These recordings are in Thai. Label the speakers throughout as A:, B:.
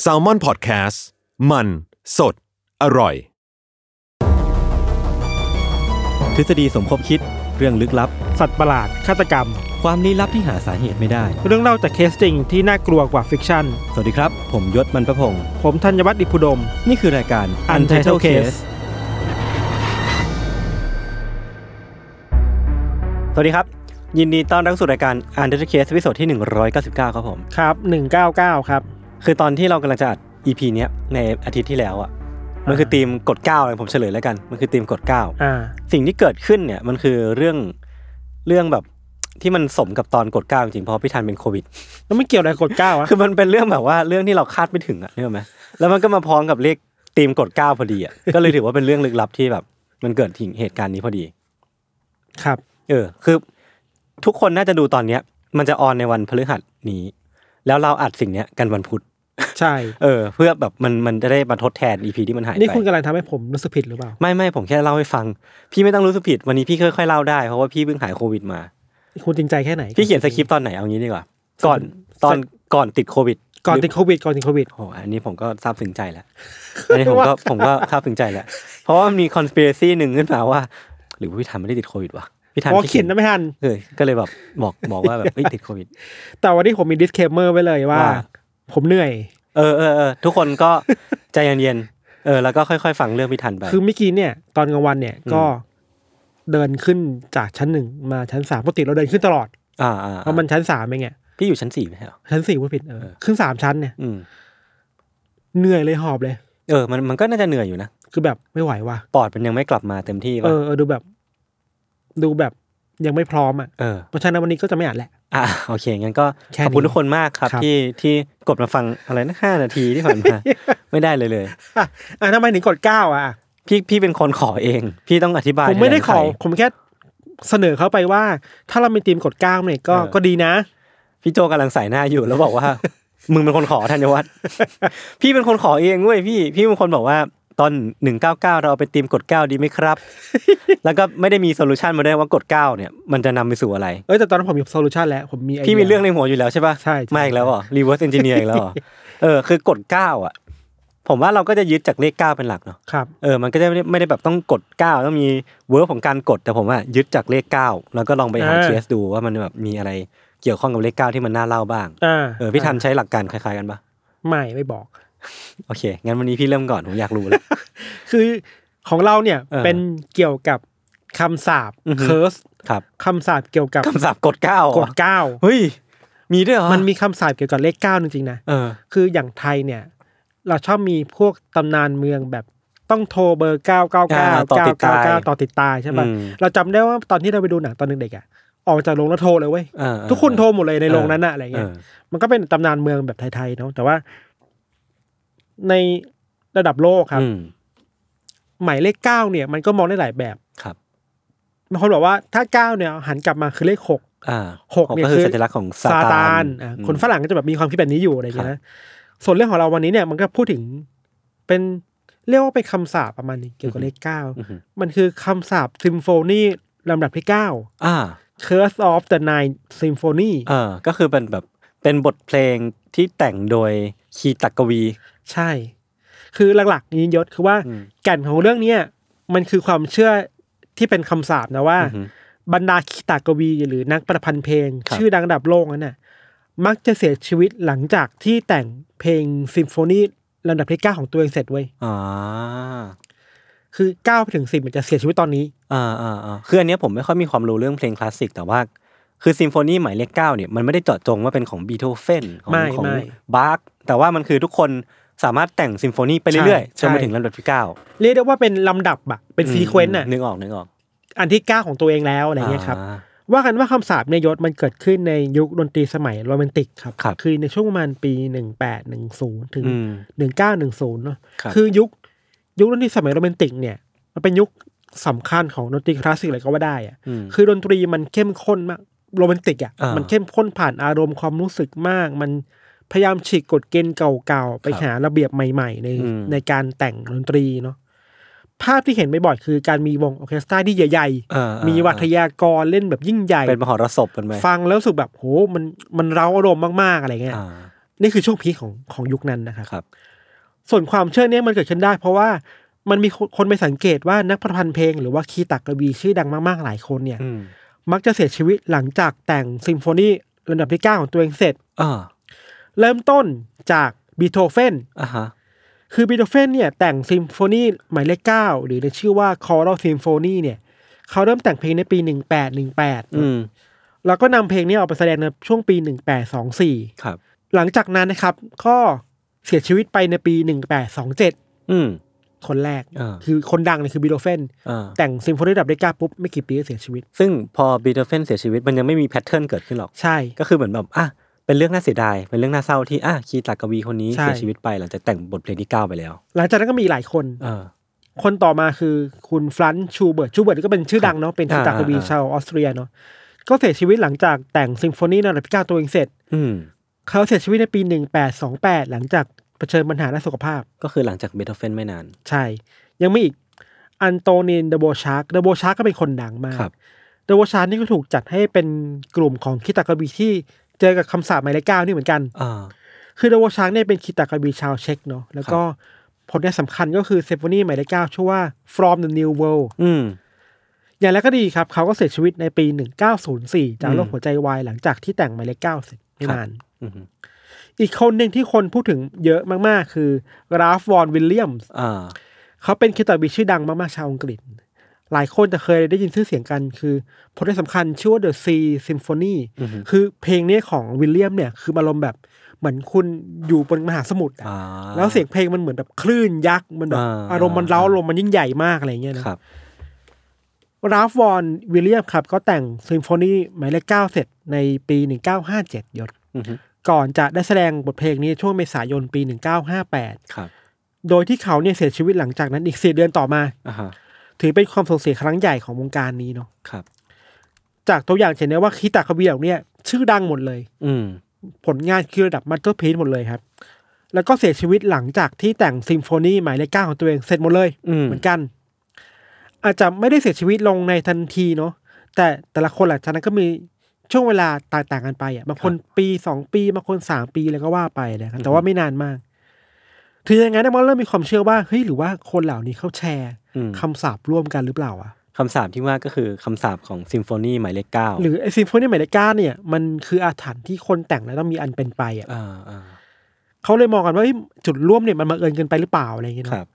A: แซลมอนพอดแคสต์มันสดอร่อย
B: ทฤษฎีสมคบคิดเรื่องลึกลับ
C: สัตว์ประหลาด ฆาตกรรม
B: ความลี้ลับที่หาสาเหตุไม่ได้
C: เรื่องเล่าจากเคสจริงที่น่ากลัวกว่าฟิกชั่น
B: สวัสดีครับ ผมยศมันประพงศ์
C: ผมธัญวัฒน์อิพุดม
B: นี่คือรายการ
C: Untitled Case
B: สวัสดีครับ ยินดีต้อนรับสู่รายการ Untitled Case ตอนที่ 199 ครับผม
C: ครับ 199 ครับ
B: คือตอนที่เรากำลังจะอัด EP เนี้ยในอาทิตย์ที่แล้วอ่ะ มันคือธีมกด9เลยผมเฉลยแล้วกัน มันคือธีมกด9
C: อ่า
B: สิ่งที่เกิดขึ้นเนี่ยมันคือเรื่องเรื่องแบบที่มันสมกับตอนกดเกล้าจริงๆเพราะพี่ทันเป็นโควิด
C: แล้วไม่เกี่ยวอะไรกับกดเก้าอะ
B: คือมันเป็นเรื่องแบบว่าเรื่องที่เราคาดไม่ถึงอะเข้าไหมแล้วมันก็มาพร้อมกับเลขธีมกดเกล้าพอดีอะ ก็เลยถือว่าเป็นเรื่องลึกลับที่แบบ มันเกิดถึงเหตุการณ์นี้พอดี
C: ครับ
B: เออ คือทุกคนน่าจะดูตอนเนี้ย มันจะออนในวันพฤหัสนี้ แล้วเราอัดสิ่งเนี้ยกันวันพุธ
C: ใช่
B: เออ เพื่อแบบมันมันจะได้มาทดแทนอีพีที่มันหายไป
C: นี่คุณกำลังทำให้ผมรู้สึกผิดหรือเปล่า
B: ไม่ไม่ผมแค่เล่าให้ฟัง พี่ไม่ต้องรู้สึกผิดวันนี้พี่ค่อยๆเล่าได้เพราะว่าพี่เพิ่งหายโควิดมา
C: คุณจริงใจแค่ไหน
B: พี่เขียนสคริปต์ตอนไหนเอางี้ดีกว่า ก่อนตอนก่อนติดโควิด
C: ก่อนติดโควิด ก่อนติดโควิด
B: โอ้โหอันนี้ผมก็ซาบซึ้งใจแล้ว อันนี้ผมก็ ผมก็ซาบซึ้งใจแล้ว เพราะว่ามีคอน spiracy หนึ่งขึ้นมาว่า หรือว่าพี่ธันไม่ได้ติดโควิดวะพี่ธัน
C: พอเขียนนะไม่ทัน
B: เออก็เลยแบบบอกบอกว่าแบบเอ้ยติดโควิด
C: แต่วันนี้ผมมี disclaimer ไว้เลยว่า
B: ว่า
C: ผมเหนื่อย
B: เออเออเออทุกคนก็ใจเย็นๆเออแล้วก็ค่อยๆ ฟังเรื่องพี่ธันไป
C: คือเมื่อกี้เนี่ย ตอนกลางวันเนี่ยก็เดินขึ้นจากชั้นหนึ่งมาชั้นสามปกติเราเดินขึ้นตลอด
B: อ่าอ่า
C: เพราะมันชั้นสามเองไง
B: พี่อยู่ชั้นสี่ไหมใช่เหรอ
C: ชั้นสี่พูดผิดเออขึ้นสามชั้นเนี่ย
B: อืม
C: เหนื่อยเลยหอบเลย
B: เออมันมันก็น่าจะเหนื่อยอยู่นะ
C: คือแบบไม่ไหวว่ะ
B: ปอดมันยังไม่กลับมาเต็มที่
C: เอ
B: ป่ะ
C: อเออดูแบบ ดูแบบยังไม่พร้อมอ่ะ
B: เออ
C: เพราะฉะนั้นวันนี้ก็จะไม่อ่านแหละ
B: อ่าโอเคงั้นก็
C: แค่
B: ขอบคุณ
C: นี้
B: ทุกคนมากครับ
C: ครับ
B: ที่ที่กดมาฟังอะไรนะห้านาทีที่ผ่านมา ไม่ได้เลยเลย
C: อ่ะอ่ะทำไมถึงกดเก้าอ่ะ
B: พี่พี่เป็นคนขอเอง พี่ต้องอธิบาย
C: ผมไม่ได้ขอ
B: แทนใคร
C: ผมแค่เสนอเขาไปว่า ถ้าเรามีทีมกดเก้าเนี่ยก็
B: เออ
C: ก็ดีนะ
B: พี่โจกำลังใส่หน้าอยู่แล้วบอกว่า มึงเป็นคนขอธัญวัฒน์ พี่เป็นคนขอเองเว้ยพี่พี่เป็นคนบอกว่าตอนหนึ่งเก้าเก้าเราเอาไปตีมกดเก้าดีไหมครับ แล้วก็ไม่ได้มีโซลูชันมาด้วยว่ากดเก้าเนี่ยมันจะนำไปสู่อะไร
C: เอ้ยแต่ตอนนั้นผมมีโซลูชันแล้ว ผมมีไดีย
B: พี่มีเรื่องในหัวอยู่แล้วใช่ปะ
C: ใช่ใช่
B: มาอีกแล้วเหรอรีเวิร์สเอนจิเนียร์อีกแล้วเหรอ เออคือกดเก้าอ่ะ ผมว่าเราก็จะยึดจากเลขเก้าเป็นหลักเนาะ
C: ครับ
B: เออ มันก็จะไม่ได้ไม่ได้แบบต้องกดเก้าต้องมีเวิร์กของการกด แต่ผมว่ายึดจากเลขเก้าแล้วก็ลองไปหา
C: อ่า
B: เคสดูว่ามันแบบมีอะไรเกี่ยวข้องกับเลขเก้าที่มันน่าเล่าบ้าง
C: อ่า
B: เออ พี่ทันใช้หลักการคล้ายๆกันปะ
C: ไม่ไม่บอก
B: โอเค งั้นวันนี้พี่เริ่มก่อน ผมอยากรู้แล้ว
C: คือของเราเนี่ย
B: เออ
C: เป็นเกี่ยวกับคำสาบ
B: อือฮึ
C: เคิร์ส
B: ครับ
C: คำสาบเกี่ยวกับ
B: คำศัพท์กดเก้าก
C: ดเก้า
B: เฮ้ย มีด้วยเหรอ
C: มันมีคำสาบเกี่ยวกับเลขเก้าจริงๆนะ
B: เออ
C: คืออย่างไทยเนี่ย เราชอบมีพวกตำนานเมืองแบบต้องโทรเบอร์ 999
B: อ่าต่อติดตาย
C: 999 ต่อติดตายใช่ป่ะ
B: อืม
C: เราจำได้ว่าตอนที่เราไปดูหนังตอนเด็กๆอ่ะออกจากโรงแล้วโทรเลยเว้ย
B: เออเออ
C: ทุกคนโทรหมดเลยในโรงนั้นอะอะไร
B: เอ
C: เงี้ย
B: อ
C: มันก็เป็นตำนานเมืองแบบไทยๆเนาะแต่ว่า ในระดับโลกครับ
B: อืม
C: หมายเลข 9 เนี่ย มันก็มองได้หลายแบบ
B: ครับ
C: บางคนบอกว่าถ้า 9 เนี่ย หันกลับมาคือเลข 6
B: อ่า
C: หกเนี่ย
B: ก็คือ
C: คือ
B: สัญลักษณ์ของซา
C: ซา
B: ตา
C: ตาน
B: น
C: อ่ะ
B: อืม
C: คนฝรั่งก็จะแบบมีความคิดแบบนี้อยู่อะไรอย่างเงี้
B: ค
C: ย
B: รับ
C: นะ ส่วนเรื่องของเราวันนี้เนี่ยมันก็พูดถึงเป็นเรียกว่าเป็นคำสาปประมาณนี้เกี่ยวกับเลขเก้า
B: อือฮึ
C: มันคือคำสาปซิมโฟนีลำดับที่เก้า
B: อ่า
C: Curse of the Nine Symphony
B: เออ ก็คือเป็นแบบเป็นบทเพลงที่แต่งโดยคีตักกวี
C: ใช่ คือหลักๆนี้ยศคือว่า
B: อืม
C: แก่นของเรื่องเนี้ยมันคือความเชื่อที่เป็นคำสาปนะว่า
B: อือฮึ
C: บรรดาขีตากวีหรือนักประพันธ์เพลง
B: ครับ
C: ชื่อดังระดับโลกนั้นน่ะมักจะเสียชีวิตหลังจากที่แต่งเพลงซิมโฟนีลำดับที่เก้าของตัวเองเสร็จเว้ย
B: อ่า
C: คือเก้าไปถึงสิบมันจะเสียชีวิตตอนนี้
B: อ่าอ่าอ่าคืออันเนี้ยผมไม่ค่อยมีความรู้เรื่องเพลงคลาสสิก แต่ว่า คือซิมโฟนีหมายเลขเก้าเนี่ยมันไม่ได้เจาะจงว่าเป็นของบีโธเฟนของ
C: ไม่
B: ของ
C: ไม่
B: บาร์กแต่ว่ามันคือทุกคนสามารถแต่งซิมโฟนีไปเรื่อยๆจ
C: ใช่
B: นมาถึงลำดับที่เก้า
C: เรียกได้ว่าเป็นลำดับอะเป็นซีเควนต์
B: อ่ะ
C: อะ
B: นึกออกนึกออก
C: อันที่เก้าของตัวเองแล้วอะไรเงี้ยครับ
B: า
C: ว่ากันว่าคำสาปเนยยศมันเกิดขึ้นในยุคดนตรีสมัยโรแมนติกครับ
B: ครับ
C: อในช่วงประมาณปีหนึ่งแปดหนึ่งศูนย์ถึง
B: อืม
C: หนึ่งเก้าหนึ่งศูนย์เนาะ
B: ครับ
C: คือยุคยุคดนตรีสมัยโรแมนติกเนี่ย มันเป็นยุคสำคัญของดนตรีคลาสสิกเลยก็ว่าได้อะ
B: อืม
C: คือดนตรีมันเข้มข้นมากโรแมนติกอ่ะ
B: อ่ามั
C: มันเข้มข้นผ่านอารมณ์ความรู้สึกมาก มันพยายามฉีกกฎเกณฑ์เก่าๆไป
B: ครับ
C: หาระเบียบใหม่ ๆ ใน
B: อืม
C: ในการแต่งดนตรีเนาะภาพที่เห็นบ่อยๆคือการมีวงออร์เคสตราที่ใหญ่
B: อ่า
C: มีวัทยากรเล่นแบบยิ่งใหญ่
B: เป็นมหรสพกันไหม
C: ฟังแล้วรู้สึกแบบโหมันมันเร้าอารมณ์มากๆอะไรเงี้ย
B: อ่า
C: นี่คือช่วงพีคของของยุคนั้นนะครับ
B: ครับ
C: ส่วนความเชื่อเนี่ยมันเกิดขึ้นได้ เพราะว่ามันมีคนคนไปสังเกตว่านักประพันธ์เพลงหรือว่าคีตักกวีชื่อดังมาก ๆ หลายคนเนี่ย
B: อืม
C: มักจะเสียชีวิตหลังจากแต่งซิมโฟนีลำดับที่ 9 ของตัวเองเสร็จ
B: อ่า
C: เริ่มต้นจากบีโธเฟน
B: อ่าฮะ
C: คือบีโธเฟนเนี่ยแต่งซิมโฟนีหมายเลข 9 หรือในชื่อว่าคอรัลซิมโฟนีเนี่ย เขาเริ่มแต่งเพลงในปี
B: อืม
C: 1818 แล้วก็นำเพลงเนี้เอาไปแสดงในช่วงปี 1824
B: ครับ
C: หลังจากนั้นนะครับก็เสียชีวิตไปในปี 1827
B: อืม
C: คนแรก
B: อ่า
C: คือคนดังเนี่ยคือบิโลเฟน
B: อ่า
C: แต่งซิมโฟนีระดับเดก้าปุ๊บ ไม่กี่ปีก็เสียชีวิต
B: ซึ่งพอบีเทอร์เฟนเสียชีวิตมันยังไม่มีแพทเทิร์นเกิดขึ้นหรอก
C: ใช่
B: ก็คือเหมือนแบบอ่ะเป็นเรื่องน่าเสียดาย เป็นเรื่องน่าเศร้าที่อ่ะคีตากวีคนนี้
C: ใช่
B: เสียชีวิตไปหลังจากแต่งบทเพลงที่เก้าไปแล้ว
C: หลังจากนั้นก็มีหลายคน
B: เออ
C: คนต่อมาคือคุณฟรานซ์ชูเบิร์ตชูเบิร์ตก็เป็นชื่อดังเนาะเป็น
B: อ่า
C: คีตากวี
B: อ่า
C: ชาวออสเตรียเนาะก็เสียชีวิตหลังจากแต่งซิมโฟนีระดับเดก้าตัวเองเสร็จ
B: อืม
C: เขาเสียชีวิตในปี 1828 หลังจากเผชิญปัญหาด้านสุขภาพ
B: ก็คือหลังจากเบโธเฟนไม่นาน
C: ใช่ ยังมีอีกอันโตนินเดโบชาร์กเดโบชาร์กก็เป็นคนดังมาก
B: ครับ
C: เดโบชาร์กนี่ก็ถูกจัดให้เป็นกลุ่มของคีตากวีที่เจอกับคำสาปหมายเลขเก้านี่เหมือนกัน
B: อ่า
C: คือเดโวช้างเนี่ยเป็นคีตากาบีชาวเช็กเนาะแล้วก็ผลงานสำคัญก็คือเซฟ h นีหมายเลขเก้าชื่อว่า From the New World
B: อืม
C: อย่างไรก็ดีครับ เขาก็เสียชีวิตในปี 1904 จากโรคหัวใจวายหลังจากที่แต่งหมายเลขเก้าเสร็จไม่
B: ครับ
C: นาน
B: อืม
C: อีกคนหนึ่งที่คนพูดถึงเยอะมาก ๆ คือราฟวอนวิลเลียมส์
B: อ่า
C: เขาเป็นคีตากาบีชื่อดังมาก ๆ ชาวอังกฤษ หลายคนจะเคยได้ยินชื่อเสียงกัน คือผลงานสำคัญชื่อว่า The Sea Symphony คือเพลงเนี้ของวิลเลียมเนี่ยคืออารมณ์แบบเหมือนคุณอยู่บนมหาสมุทรอะ
B: อ่า
C: แล้วเสียงเพลงมันเหมือนแบบคลื่นยักษ์ มันแบบ
B: อ่า
C: อารมณ์มันเร้าอารมณ์มันยิ่งใหญ่มากอะไรเงี้ยนะครับ ราฟวอนวิลเลียมครับ ก็แต่งซิมโฟนีหมายเลขเก้าเสร็จในปี 1957ยศ
B: อือฮึ
C: ก่อนจะได้แสดงบทเพลงนี้ช่วงเมษายนปี 1958
B: ครับ
C: โดยที่เขาเนี่ยเสียชีวิตหลังจากนั้นอีกสี่เดือนต่อมา
B: อ่าฮะ
C: ถือเป็นความสูญเสียครั้งใหญ่ของวงการนี้เนาะ
B: ครับ
C: จากตัวอย่างจะเห็นได้ว่าคีตาคาเบียเนี่ยชื่อดังหมดเลย
B: อืม
C: ผลงานคือระดับมัตเตอร์พีซหมดเลยครับ แล้วก็เสียชีวิตหลังจากที่แต่งซิมโฟนีหมายเลขเก้าของตัวเองเสร็จหมดเลย
B: อืม
C: เหมือนกัน อาจจะไม่ได้เสียชีวิตลงในทันทีเนาะแต่แต่ละคนหลังจากนั้นก็มีช่วงเวลาต่างๆกันไปอ่ะบางคนปีสองปีบางคนสามปีแล้วก็ว่าไปนะครับแต่ว่าไม่นานมาก ถึงอย่างนั้นมันเริ่มมีความเชื่อว่าเฮ้ยหรือว่าคนเหล่านี้เขาแชร์
B: อืม
C: คำสาปร่วมกันหรือเปล่าอ่ะ
B: คำสาปที่ว่าก็คือคำสาปของซิมโฟนีหมายเลขเก้า
C: หรือไอซิมโฟนีหมายเลขเก้าเนี่ยมันคืออาถรรพ์ที่คนแต่งแล้วต้องมีอันเป็นไปอ่ะ
B: อ่าอ่า
C: เขาเลยมองกันว่าเฮ้ยจุดร่วมเนี่ยมันบังเอิญเกินไปหรือเปล่าอะไรอย่างเงี้
B: ค
C: ยเนอะ
B: รับ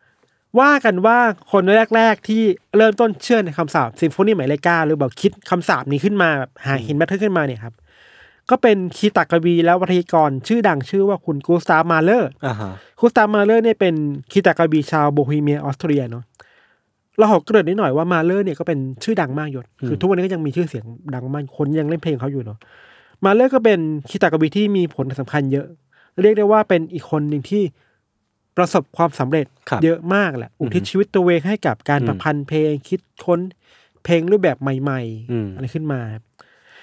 C: ว่ากันว่าคนแรก ๆ ที่เริ่มต้นเชื่อในคำสาปซิมโฟนีหมายเลขเก้าหรือแบบคิดคำสาปนี้ขึ้นมาแบบหาหินแมทเทิลขึ้นมาเนี่ยครับ ก็เป็นคีตากวีและวัทยากรชื่อดังชื่อว่าคุณกูสตาฟมาเลอร์
B: อ่าฮะ
C: กูสตาฟมาเลอร์เนี่ยเป็นคีตากวีชาวโบฮีเมียออสเตรียเนาะเราขอเกริ่นนิดหน่อยว่ามาเลอร์เนี่ยก็เป็นชื่อดังมากยศคือทุกวันนี้ก็ยังมีชื่อเสียงดังมากคนยังเล่นเพลงเขาอยู่เนาะมาเลอร์ก็เป็นคีตากวีที่มีผลสำคัญเยอะ เรียกได้ว่าเป็นอีกคนหนึ่งที่ประสบความสำเร็จ
B: ครับ
C: เยอะมากแหละ อุทิศชีวิตตัวเองให้กับการประพันธ์เพลงคิดค้นเพลงรูปแบบใหม่
B: อืม
C: ๆ อะไรขึ้นมา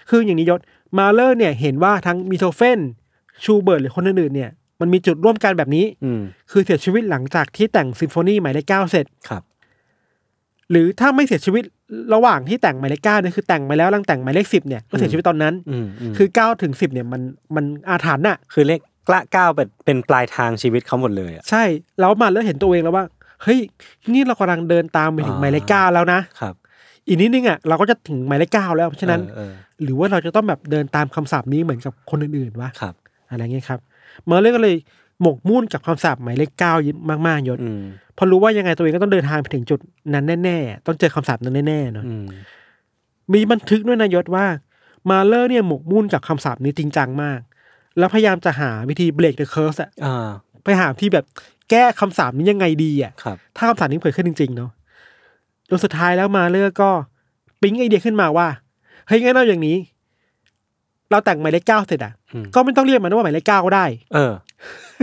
C: คืออย่างนี้ยศมาเลอร์เนี่ยเห็นว่าทั้งมิโทเฟน ชูเบิร์ตหรือคนอื่นๆเนี่ย มันมีจุดร่วมกันแบบนี้
B: อืม
C: คือเสียชีวิตหลังจากที่แต่งซิมโฟนีหมายเลขเก้าเสร็จ
B: ครับ
C: หรือถ้าไม่เสียชีวิตระหว่างที่แต่งหมายเลขเก้าเนี่ยคือแต่งไปแล้วหลังแต่งหมายเลขสิบเนี่ยก็เสียชีวิตตอนนั้น
B: อืมอืม
C: คือเก้าถึงสิบเนี่ยมันมันอาถรรพ์น่ะ
B: คือเลขกละเก้าเป็นเป็นปลายทางชีวิตเขาหมดเลยอ่ะ
C: ใช่แล้วมาเลอร์เห็นตัวเองแล้วว่าเฮ้ยนี่เรากำลังเดินตามไปถึงหมายเลขเก้าแล้วนะ
B: ครับ
C: อีกนิดนึงอ่ะเราก็จะถึงหมายเลขเก้าแล้วเพราะฉะนั้น
B: เออเออ
C: หรือว่าเราจะต้องแบบเดินตามคำสาปนี้เหมือนกับคนอื่นๆวะ
B: ครับ
C: อะไรเงี้ยครับเมอร์เลอร์ก็เลยหมกมุ่นกับคำสาปหมายเลขเก้ามากๆยศ
B: อืม
C: พอรู้ว่ายังไงตัวเองก็ต้องเดินทางไปถึงจุดนั้นแน่ๆต้องเจอคำสาปนั้นแน่ๆเนาะ
B: อืม
C: มีบันทึกด้วยนายศว่ามาเลอร์เนี่ยหมกมุ่นกับคำสาปนี้จริงจังมาก แล้วพยายามจะหาวิธีเบรกเดอะเคิร์สอะ
B: อ่า
C: ไปหาที่แบบแก้คำสาปนี้ยังไงดีอะ
B: ครับ
C: ถ้าคำสาปนี้เผยขึ้นจริงๆเนาะจนสุดท้ายแล้วมาเลอร์ก็ปิ๊งไอเดียขึ้นมาว่า เฮ้ยงั้นเอาอย่างนี้ เราแต่งหมายเลขเก้าเสร็จอ่ะ ก็ไม่ต้องเรียกมันว่าหมายเลขเก้าก็ได้
B: เออ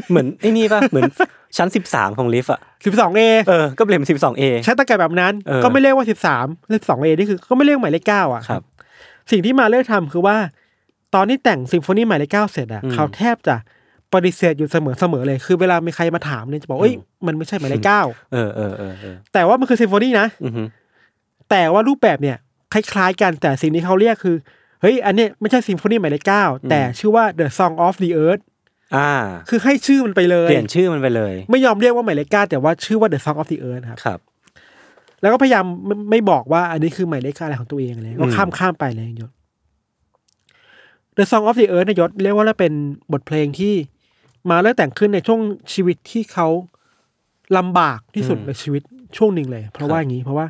B: เหมือนไอ้นี่ป่ะ เหมือนชั้นสิบสามของลิฟต์อ่ะ
C: สิบสองเอ
B: เออ ก็เปลี่ยนสิบสองเอ
C: ใช้ตะแกรงแบบนั้น
B: เออ
C: ก็ไม่เรียกว่าสิบสามเลขสองเอนี่คือ ก็ไม่เรียกหมายเลขเก้าอ่ะ
B: ครับ
C: สิ่งที่มาเลอร์ทำคือว่า ตอนที่แต่งซิมโฟนีหมายเลขเก้าเสร็จอ่ะ
B: อืม
C: เขาแทบจะปฏิเสธอยู่เสมอเสมอๆเลย คือเวลามีใครมาถามเนี่ยจะบอกเอ้ย
B: อืม
C: มันไม่ใช่หมายเลขเก้า
B: เออเออเออเออ
C: แต่ว่ามันคือซิมโฟนีนะ
B: อือฮึ
C: แต่ว่ารูปแบบเนี่ยคล้ายๆกันแต่สิ่งที่เขาเรียกคือเฮ้ยอันเนี้ยไม่ใช่ซิมโฟนีหมายเลขเก้าแต่ชื่อว่า The Song of the Earth
B: อ่า
C: คือให้ชื่อมันไปเล
B: เป
C: ย
B: ลี่ยนชื่อมันไปเลย
C: ไม่ยอมเรียกว่าหมายเลขเก้าแต่ว่าชื่อว่า The Song of the Earth ครับ
B: ครับ
C: แล้วก็พยายามไม่ไม่บอกว่าอันนี้คือหมายเลขอะไรของตัวเองอะไรเงี้ยก็ข้ามข้ามไปเลยยศ The Song of the Earth เนยยศเรียกว่าเป็นบทเพลงที่มาแล้วแต่งขึ้นในช่วงชีวิตที่เขาลำบากที่สุด
B: อืม
C: ในชีวิตช่วงหนึ่งเลย เพราะว่าอย่างนี้ เพราะว่า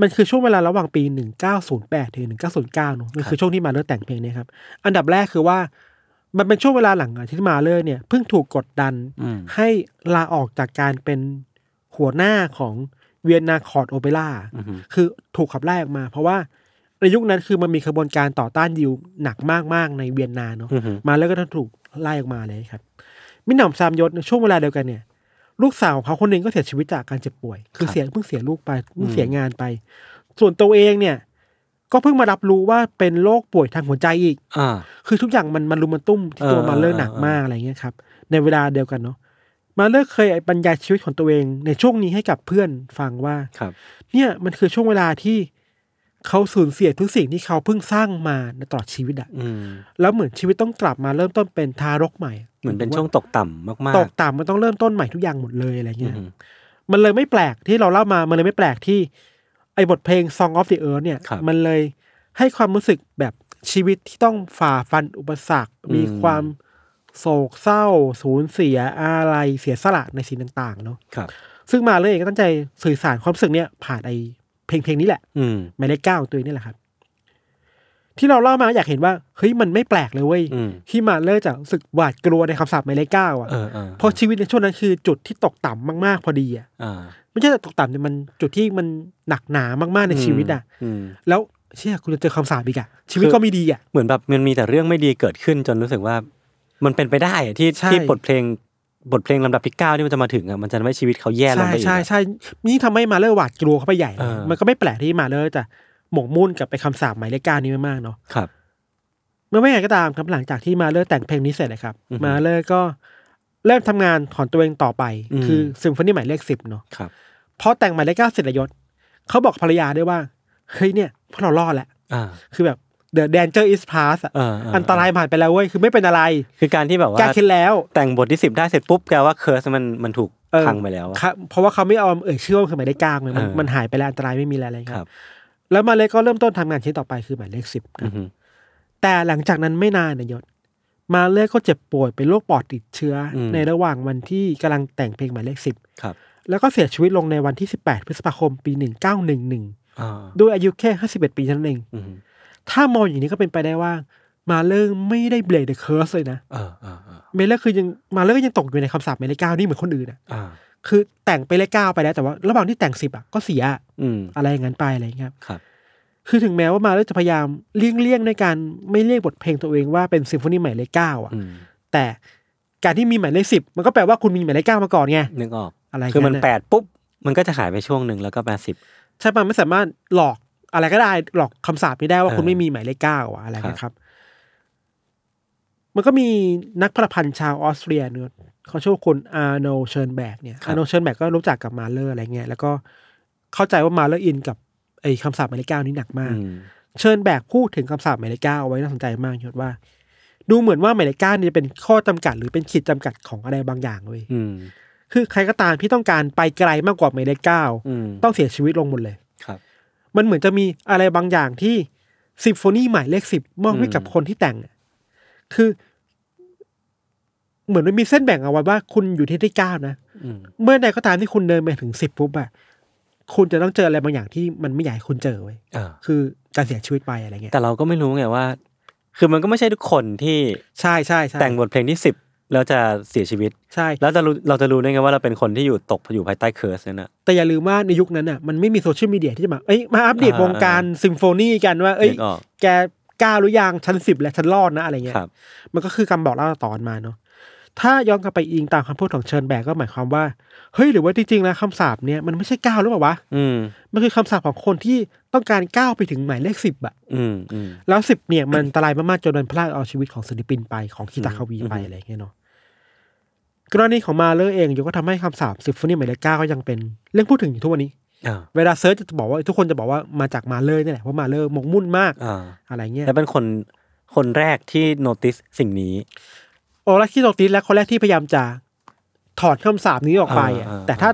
C: มันคือช่วงเวลาระหว่างปีหนึ่งเก้าศูนย์แปดถึงหนึ่งเก้าศูนย์เก้าเนอะมันคือช่วงที่มาเลอร์แต่งเพลงเนี้ครับ อันดับแรกคือว่า มันเป็นช่วงเวลาหลังอะที่มาเลอร์เนี่ยเพิ่งถูกกดดันให้ลาออกจากการเป็นหัวหน้าของเวียนนาคอร์ดโอเปร่าคือถูกขับไล่ออกมา เพราะว่าในยุคนั้นคือมันมีขบวนการต่อต้านยิวหนักมากๆในเวียนนาเนอะมาเลอร์ก็ต้องถูกไล่ออกมาเลยครับ มิหนำซามยศในช่วงเวลาเดียวกันเนี่ย ลูกสาวของเขาคนหนึ่งก็เสียชีวิตจากการเจ็บป่วย คือเสียเพิ่งเสียลูกไปเพิ่งเสียงานไป ส่วนตัวเองเนี่ย ก็เพิ่งมารับรู้ว่าเป็นโรคป่วยทางหัวใจอีก
B: อ่า
C: คือทุกอย่างมันมันรุมมันตุ้มที่ตัว
B: เออ
C: มาเลอร์
B: เออ
C: หนักมากอะไรเงี้ยครับ ในเวลาเดียวกันเนาะมาเลอร์เคยบรรยายชีวิตของตัวเองในช่วงนี้ให้กับเพื่อนฟังว่า
B: ครับ
C: เนี่ยมันคือช่วงเวลาที่เขาสูญเสียทุกสิ่งที่เขาเพิ่งสร้างมาในตลอดชีวิตอะ
B: อืม
C: แล้วเหมือนชีวิตต้องกลับมาเริ่มต้นเป็นทารกใหม่อะ
B: เหมือนเป็นช่วงตกต่ำมาก
C: ต
B: ๆ
C: กต่ำมันต้องเริ่มต้นใหม่ทุกอย่างหมดเลยอะไรเงี้ย
B: อือหือ
C: มันเลยไม่แปลกที่เราเล่ามา มันเลยไม่แปลกที่ ไอ้บทเพลง Song of the Earth เนี่ย
B: ครับ
C: มันเลยให้ความรู้สึกแบบชีวิตที่ต้องฝ่าฟันอุปสรรค มีความโศกเศร้า สูญเสียอะไรเสียสละในสิ่งต่างๆเนาะ
B: ครับ
C: ซึ่งมาเลยเองก็ตั้งใจสื่อสารความรู้สึกเนี่ยผ่านไอ้เพลงเพลงนี้แหละ
B: อืม
C: หมายเลขเก้าของตัวเองนี่แหละครับ ที่เราเล่ามาอยากเห็นว่าเฮ้ยมันไม่แปลกเลยเว้ย
B: อืม
C: ที่มาเลอร์จะรู้สึกหวาดกลัวในคำสาปหมายเลขเก้าอ่ะ
B: เออเออ
C: เพราะชีวิตในช่วงนั้นคือจุดที่ตกต่ำมากๆ พอดีอ่ะ
B: อ่า
C: ไม่ใช่แต่ตกต่ำเนี่ยมันจุดที่มันหนักหนามากๆในชีวิตอ่ะ
B: อืม
C: แล้วเชื่อคุณจะเจอคำสาปอีกอ่ะ ชีวิตก็ไม่ดีอ่ะ
B: เหมือนแบบมันมีแต่เรื่องไม่ดีเกิดขึ้นจนรู้สึกว่า มันเป็นไปได้อะที่
C: ใช่
B: ที่บทเพลงบทเพลงลำดับที่เก้าที่มันจะมาถึงอ่ะมันจะทำให้ชีวิตเขาแย่ลง
C: ใช่
B: ไปอีก
C: ใช่
B: อะ
C: ใช่นี่งทำให้มาเลอร์หวาดกลัวเข้าไปใหญ่
B: เอ
C: นะ
B: อ
C: มันก็ไม่แปลกที่มาเลอร์จะหมกมุ่นกับไปคำสาปหมายเลขเก้านี้มากๆเนาะ
B: ครับ
C: เมื่อไม่ไงก็ตามครับหลังจากที่มาเลอร์แต่งเพลงนี้เสร็จนะครับ
B: อือฮึ
C: มาเลอร์ก็เริ่มทำงานของตัวเองต่อไป
B: อืม
C: คือซิมโฟนีหมายเลขสิบเนาะ
B: ครับ
C: พอแต่งหมายเลขเก้าเสร็จแล้วยศเขาบอกภรรยาด้วยว่า เฮ้ยเนี่ยพวกเรารอดแล้ว
B: อ่า
C: คือแบบ the danger is past อะ
B: เออเออเอออั
C: อันตรายผ่านไปแล้วเว้ย คือไม่เป็นอะไร
B: คือการที่แบบว่า
C: แก้คิดแล้ว
B: แต่งบทที่สิบได้เสร็จปุ๊บแกว่าเคิร์สมันมันถูก
C: เออ
B: พังไปแล้วอะ
C: ครับเพราะว่าเขาไม่ยอมเอ่ยชื่อว่าคือหมายเลขเก้าไงมัน
B: เออ
C: มันหายไปแล้วอันตรายไม่มีแล้วอะไร
B: ค
C: ค
B: รั
C: รับ บ แล้วมาเลอร์ก็เริ่มต้นทำงานชิ้นต่อไปคือหมายเลขสิบค
B: อื
C: รับ
B: อฮึ
C: แต่หลังจากนั้นไม่นานนายยศ มาเลอร์ก็เจ็บป่วยเป็นโรคปอดติดเชื้ออในระหว่างวันที่กำลังแต่งเพลงหมายเลขสิบ
B: ครับ
C: แล้วก็เสียชีวิตลงในวันที่ 18 พฤษภาคมปี 1911
B: อ่า
C: ด้วยอายุแค่ 51 ปีเท่านั้นเอง
B: อือฮึ
C: ถ้ามองอย่างนี้ก็เป็นไปได้ว่า มาเลอร์ไม่ได้เบรดเดอะเคิร์สเลยนะ
B: เออเออเออ
C: มาเลอร์คือยังมาเลอร์ก็ยังตกอยู่ในคำสาปหมายเลขเก้านี่เหมือนคนอื่นอ่ะ
B: อ่า
C: คือแต่งไปเลขเก้าไปแล้วแต่ว่าระหว่างที่แต่งสิบอ่ะก็เสีย
B: อืม
C: อะไรอย่างนั้นไปอะไรอย่างเงี้ยครับ
B: ครับ
C: คือถึงแม้ว่ามาเลอร์จะพยายามเลี่ยงเลี่ยงในการไม่เรียกบทเพลงตัวเองว่าเป็นซิมโฟนีหมายเลขเก้าอ่ะ
B: อืม
C: แต่การที่มีหมายเลขสิบมันก็แปลว่าคุณมีหมายเลขเก้ามาก่อนไง
B: นึกออก
C: อะไร
B: คือมัน
C: แค่นั้น
B: แปดปุ๊บมันก็จะหายไปช่วงหนึ่งแล้วก็มาสิบ
C: ใช่ปะไม่สามารถหลอกอะไรก็ได้หลอกคำสาปไม่ได้ว่า
B: เออ
C: คุณไม่มีหมายเลขเก้าอะอะไร
B: ครับ
C: นะครับ มันก็มีนักประพันธ์ชาวออสเตรียเนอะเขาชื่อว่าคุณอาร์โนเชิร์นแบกเนี่ยอาร์โนเชิร์นแบกก็รู้จักกับมาเลอร์อะไรเงี้ยแล้วก็เข้าใจว่ามาเลอร์อินกับไอ้คำสาปหมายเลขเก้านี้หนักมาก
B: อืม
C: เชิญแบกพูดถึงคำสาปหมายเลขเก้าเอาไว้น่าสนใจมากยศว่า ดูเหมือนว่าหมายเลขเก้าเนี่ยจะเป็นข้อจำกัดหรือเป็นขีดจำกัดของอะไรบางอย่างเลย
B: อืม
C: คือใครก็ตามที่ต้องการไปไกลมากกว่าหมายเลขเก้า
B: อืม
C: ต้องเสียชีวิตลงหมดเลย
B: ครับ
C: มันเหมือนจะมีอะไรบางอย่างที่ซิมโฟนีหมายเลขสิบมอบให้กับคนที่แต่งอะคือ เหมือนมันมีเส้นแบ่งเอาไว้ว่าคุณอยู่ที่ที่เก้านะ
B: อืม
C: เมื่อใดก็ตามที่คุณเดินไปถึงสิบปุ๊บอะคุณจะต้องเจออะไรบางอย่างที่มันไม่อยากให้คุณเจอเว้ย
B: เออ
C: คือการเสียชีวิตไปอะไรเงี้ย
B: แต่เราก็ไม่รู้ไงว่า คือมันก็ไม่ใช่ทุกคนที่
C: ใช่ใช่ใช่
B: แต่งบทเพลงที่สิบ แล้วจะเสียชีวิต
C: ใช่
B: แล้วจะรู้เราจะรู้ได้ไงว่าเราเป็นคนที่อยู่ตกอยู่ภายใต้เคิร์สนั่นน่ะ
C: แต่อย่าลืมว่าในยุคนั้นอ่ะมันไม่มีโซเชียลมีเดียที่จะมาเอ้ยมาอัปเดต
B: อ่าว
C: งการซิมโฟนีกันว่า เอ้ย
B: นึกออก
C: แกก้าวหรือยังชั้นสิบและชั้นรอดนะอะไรเงี้ย
B: ครับ
C: มันก็คือคำบอกเล่าตอนมาเนาะ ถ้าย้อนกลับไปอิงตามคำพูดของเชิญแบกก็หมายความว่า เฮ้ยหรือว่าจริงๆแล้วคำสาปเนี่ยมันไม่ใช่ก้าวหรือเปล่าวะ
B: อืม
C: มันคือคำสาปของคนที่ต้องการก้าวไปถึงหมายเลขสิบอะ
B: อืมอืม
C: แล้วสิบเนี่ยมันอันตรายมากๆจนมันพลากเอาชีวิตของศิลปินไปของคิตาคาวีไปอะไรอย่างเงี้ยเนาะ กรณีของมาเลอร์เองยก็ทำให้คำสาปซิมโฟนีหมายเลขเก้าก็ยังเป็นเรื่องพูดถึงอยู่ทุกวันนี้
B: อ่า
C: เวลาเซิร์ชจะบอกว่าทุกคนจะบอกว่ามาจากมาเลอร์นี่แหละเพราะมาเลอร์หมกมุ่นมาก
B: อ่า
C: อะไรเงี้ย
B: แล้วเป็นคนคนแรกที่โนติสสิ่งนี้
C: โอลาคิโตติสและคนแรกที่พยายามจะถอดคำสาปนี้ออกไปอะ
B: อ่าอ่า
C: แต่ถ้า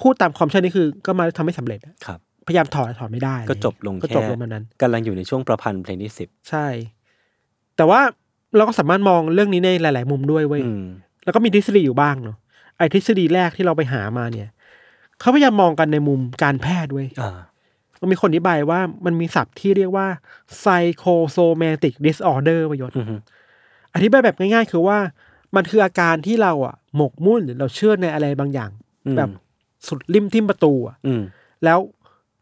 C: พูดตามความเชื่อนี่คือ ก็มาทำไม่สำเร็จอะ
B: ครับ
C: พยายามถอดแต่ถอดไม่ได้
B: ก็จบลง
C: ก็
B: แค่
C: จบลงแบบนั้น
B: กำลังอยู่ในช่วงประพันธ์เพลงที่สิบ
C: ใช่ แต่ว่าเราก็สามารถมองเรื่องนี้ในหลาย ๆ มุมด้วยเว้ย
B: อืม
C: แล้วก็มีทฤษฎีอยู่บ้างเนาะไอ้ทฤษฎีแรกที่เราไปหามาเนี่ยเขาพยายามมองกันในมุมการแพทย์เว้ย
B: อ่า
C: มันมีคนอธิบายว่ามันมีศัพท์ที่เรียกว่า psychosomatic disorder ประโยชน์
B: อืมฮึ
C: อธิบายแบบง่ายๆ คือว่ามันคืออาการที่เราอ่ะหมกมุ่นหรือเราเชื่อในอะไรบางอย่าง
B: อืม
C: แบบสุดริมทิมประตูอ่ะ
B: อืม
C: แล้ว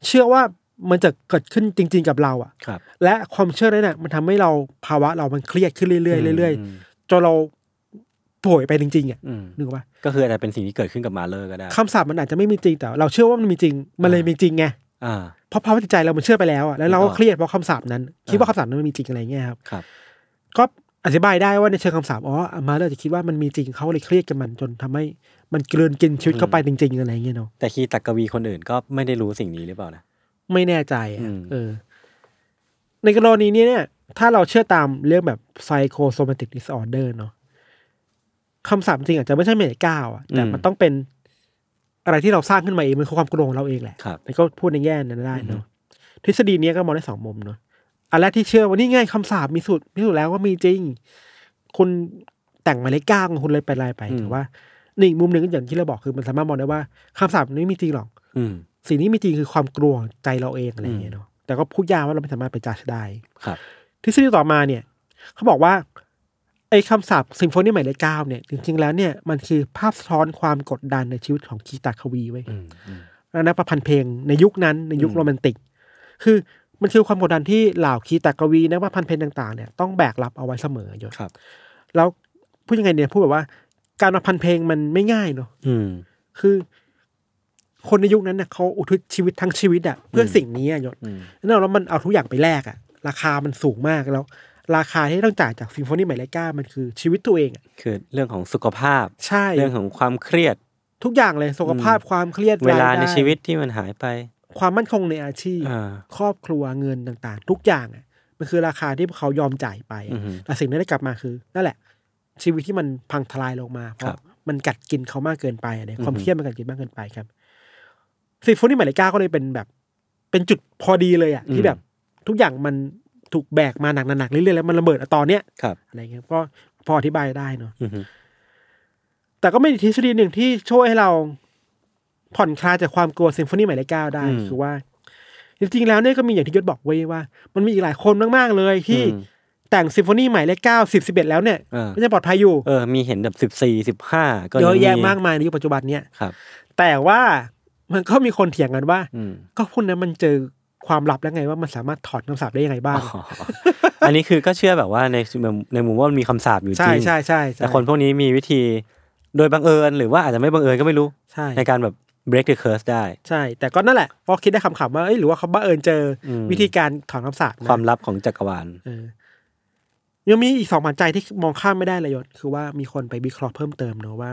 C: เชื่อว่ามันจะเกิดขึ้นจริง ๆ กับเราอ่ะ
B: ครับ
C: และความเชื่อนั้นน่ะมันทำให้เราภาวะเรามันเครียดขึ้นเรื่อยๆเรื่อย
B: อืม
C: ๆจนเราป่วยไปจริงๆอ่ะ
B: อืม
C: นึกว่า
B: ก็คืออาจจะเป็นสิ่งที่เกิดขึ้นกับมาเลอร์ก็ได้
C: คำสาปมันอาจจะไม่มีจริงแต่เราเชื่อว่ามันมีจริงมันเลยมีจริงไง
B: อ่า
C: เพราะภาวะจิตใจเรามันเชื่อไปแล้วอ่ะแล้วเรา
B: นึก
C: ก็
B: ออก
C: เครียดเพราะคำสาปนั้น คิดว่าคำสาปนั้นมันมีจริงอะไรเงี้ยครับ
B: ครับ
C: ก็อธิบายได้ว่าในเชิงคำสาปอ๋อมาเลอร์จะคิดว่ามันมีจริงเขาเลยเครียดกับมันจนทำให้มันกลืนกินชีวิตเข้าไปจริงๆอะไรอย่างเงี้ยเนาะ
B: แต่คีตักกวีคนอื่นก็ไม่ได้รู้สิ่งนี้หรือเปล่านะ
C: ไม่แน่ใจอะ
B: อืม
C: เออ ในกรณีนี้เนี่ย ถ้าเราเชื่อตามเรื่องแบบ psychosomatic disorder เนาะคำสาปจริงอาจจะไม่ใช่เมตก้าวอะแต่มันต้องเป็นอะไรที่เราสร้างขึ้นมาเองมันคือความโกรงของเราเองแหละ
B: ครับ
C: มันก็พูดในแง่นั้นได้เนาะทฤษฎีเนี้ยก็มองได้สองมุมเนาะอันแรกที่เชื่อว่านี่ไงคำสาบมีสูตรมีสูตรแล้วว่ามีจริง คุณแต่งหมายเลขเก้าของคุณเลยไปลายไป
B: อืม
C: แต่ว่าในอีกมุมหนึ่งก็อย่างที่เราบอกคือมันสามารถมองได้ว่าคำสาบนี้ไม่มีจริงหรอก
B: อืม
C: สิ่งนี้มีจริงคือความกลัวของใจเราเองอะไรอย่างเงี้ยเนาะแต่ก็พูดยากว่าเราไม่สามารถไปจัดได้
B: ครับ
C: ทฤษฎีต่อมาเนี่ย เขาบอกว่า ไอ้คำสาปซิมโฟนีหมายเลขเก้าเนี่ย จริง ๆ แล้วเนี่ยมันคือภาพสะท้อนความกดดันในชีวิตของคีตาควีไว้ย
B: อืมอืม
C: และนักประพันธ์เพลงในยุคนั้นในยุค
B: อืม
C: โรแมนติก คือมันคือความกดดันที่เหล่าคีตากวีนักประพันธ์เพลงต่างๆเนี่ยต้องแบกรับเอาไว้เสมออยู่
B: ครับ
C: แล้วพูดยังไงเนี่ยพูดแบบว่าการประพันธ์เพลงมันไม่ง่ายเนอะ
B: อืม
C: คือ คนในยุคนั้นเน่ะเขาอุทิศชีวิตทั้งชีวิตอะเพื่ออ
B: ม
C: สิ่งนี้อะยศ
B: อืม
C: นั่นแล้วมันเอาทุกอย่างไปแลกอะราคามันสูงมากแล้ว ราคาที่ต้องจ่ายจากซิมโฟนีหมายเลขเก้ามันคือชีวิตตัวเองอะ
B: คือเรื่องของสุขภาพ
C: ใช่
B: เรื่องของความเครียด
C: ทุกอย่างเลยสุขภาพความเครียด
B: เวลาร
C: ย
B: ใน
C: ได้
B: ชีวิตที่มันหายไป
C: ความมั่นคงในอาชีพ
B: อ่า
C: ครอบครัวเงินต่างๆ ทุกอย่างอะมันคือราคาที่พวกเขายอมจ่ายไป
B: อือฮึ
C: แต่สิ่งที่ได้กลับมาคือนั่นแหละ ชีวิตที่มันพังทลายลงมา
B: ค
C: เพ
B: รั
C: ราะ
B: บ
C: มันกัดกินเขามากเกินไปอะไรความ
B: อือฮึ
C: เครียดมันกัดกินมากเกินไปครับซีฟูนี่หมายเลขเก้าก็เลยเป็นแบบ เป็นจุดพอดีเลยอะที่แบบทุกอย่างมันถูกแบกมาหนักๆเรื่อยๆแล้วมันระเบิดอะตอนเนี้ย
B: ครับ
C: อะไรเงี้ยก็พออธิบายได้เนาะ
B: อืมฮึ
C: แต่ก็ไม่มีทฤษฎีหนึ่งที่ช่วยให้เราผ่อนคลายจากความกลัวซิมโฟนีหมายเลขเก้าได้คือว่า จริงๆแล้วเนี่ยก็มีอย่างที่ยศบอกไว้ว่า มันมีอีกหลายคนมากๆเลยที่
B: อืม
C: แต่งซิมโฟนีหมายเลขเก้าสิบสิบเอ็ดแล้วเนี่ย
B: อ่า
C: ก็ยังปลอดภัยอยู่
B: เออ มีเห็นแบบสิบสี่สิบห้าก็
C: เยอะแยะมากมายในยุคปัจจุบันเนี่ย
B: ครับ
C: แต่ว่ามันก็มีคนเถียงกันว่า
B: อืม
C: ก็พวกนั้นมันเจอความลับแล้วไงว่ามันสามารถถอดคำสาปได้ยังไงบ้าง
B: อ๋ออันนี้คือก็เชื่อแบบว่าในในมุมว่ามันมีคำสาปอยู่จ
C: ใช่
B: ริง
C: ใช่ใช่ใช่
B: แต่คนพวกนี้มีวิธีโดยบังเอิญ หรือว่าอาจจะไม่บังเอิญก็ไม่รู้
C: ใช่
B: ในการแบบ break the curse ได้
C: ใช่ แต่ก็นั่นแหละพอคิดได้คำๆว่าเอ้ยหรือว่าเขาบังเอิญเจออ
B: ม
C: วิธีการถอนคำสาปนะ
B: ความลับของจักรวาล
C: เออยังมีอีกสองปัจจัยที่มองข้ามไม่ได้เลยยศคือว่ามีคนไปวิเคราะห์เพิ่มเติมเนอะว่า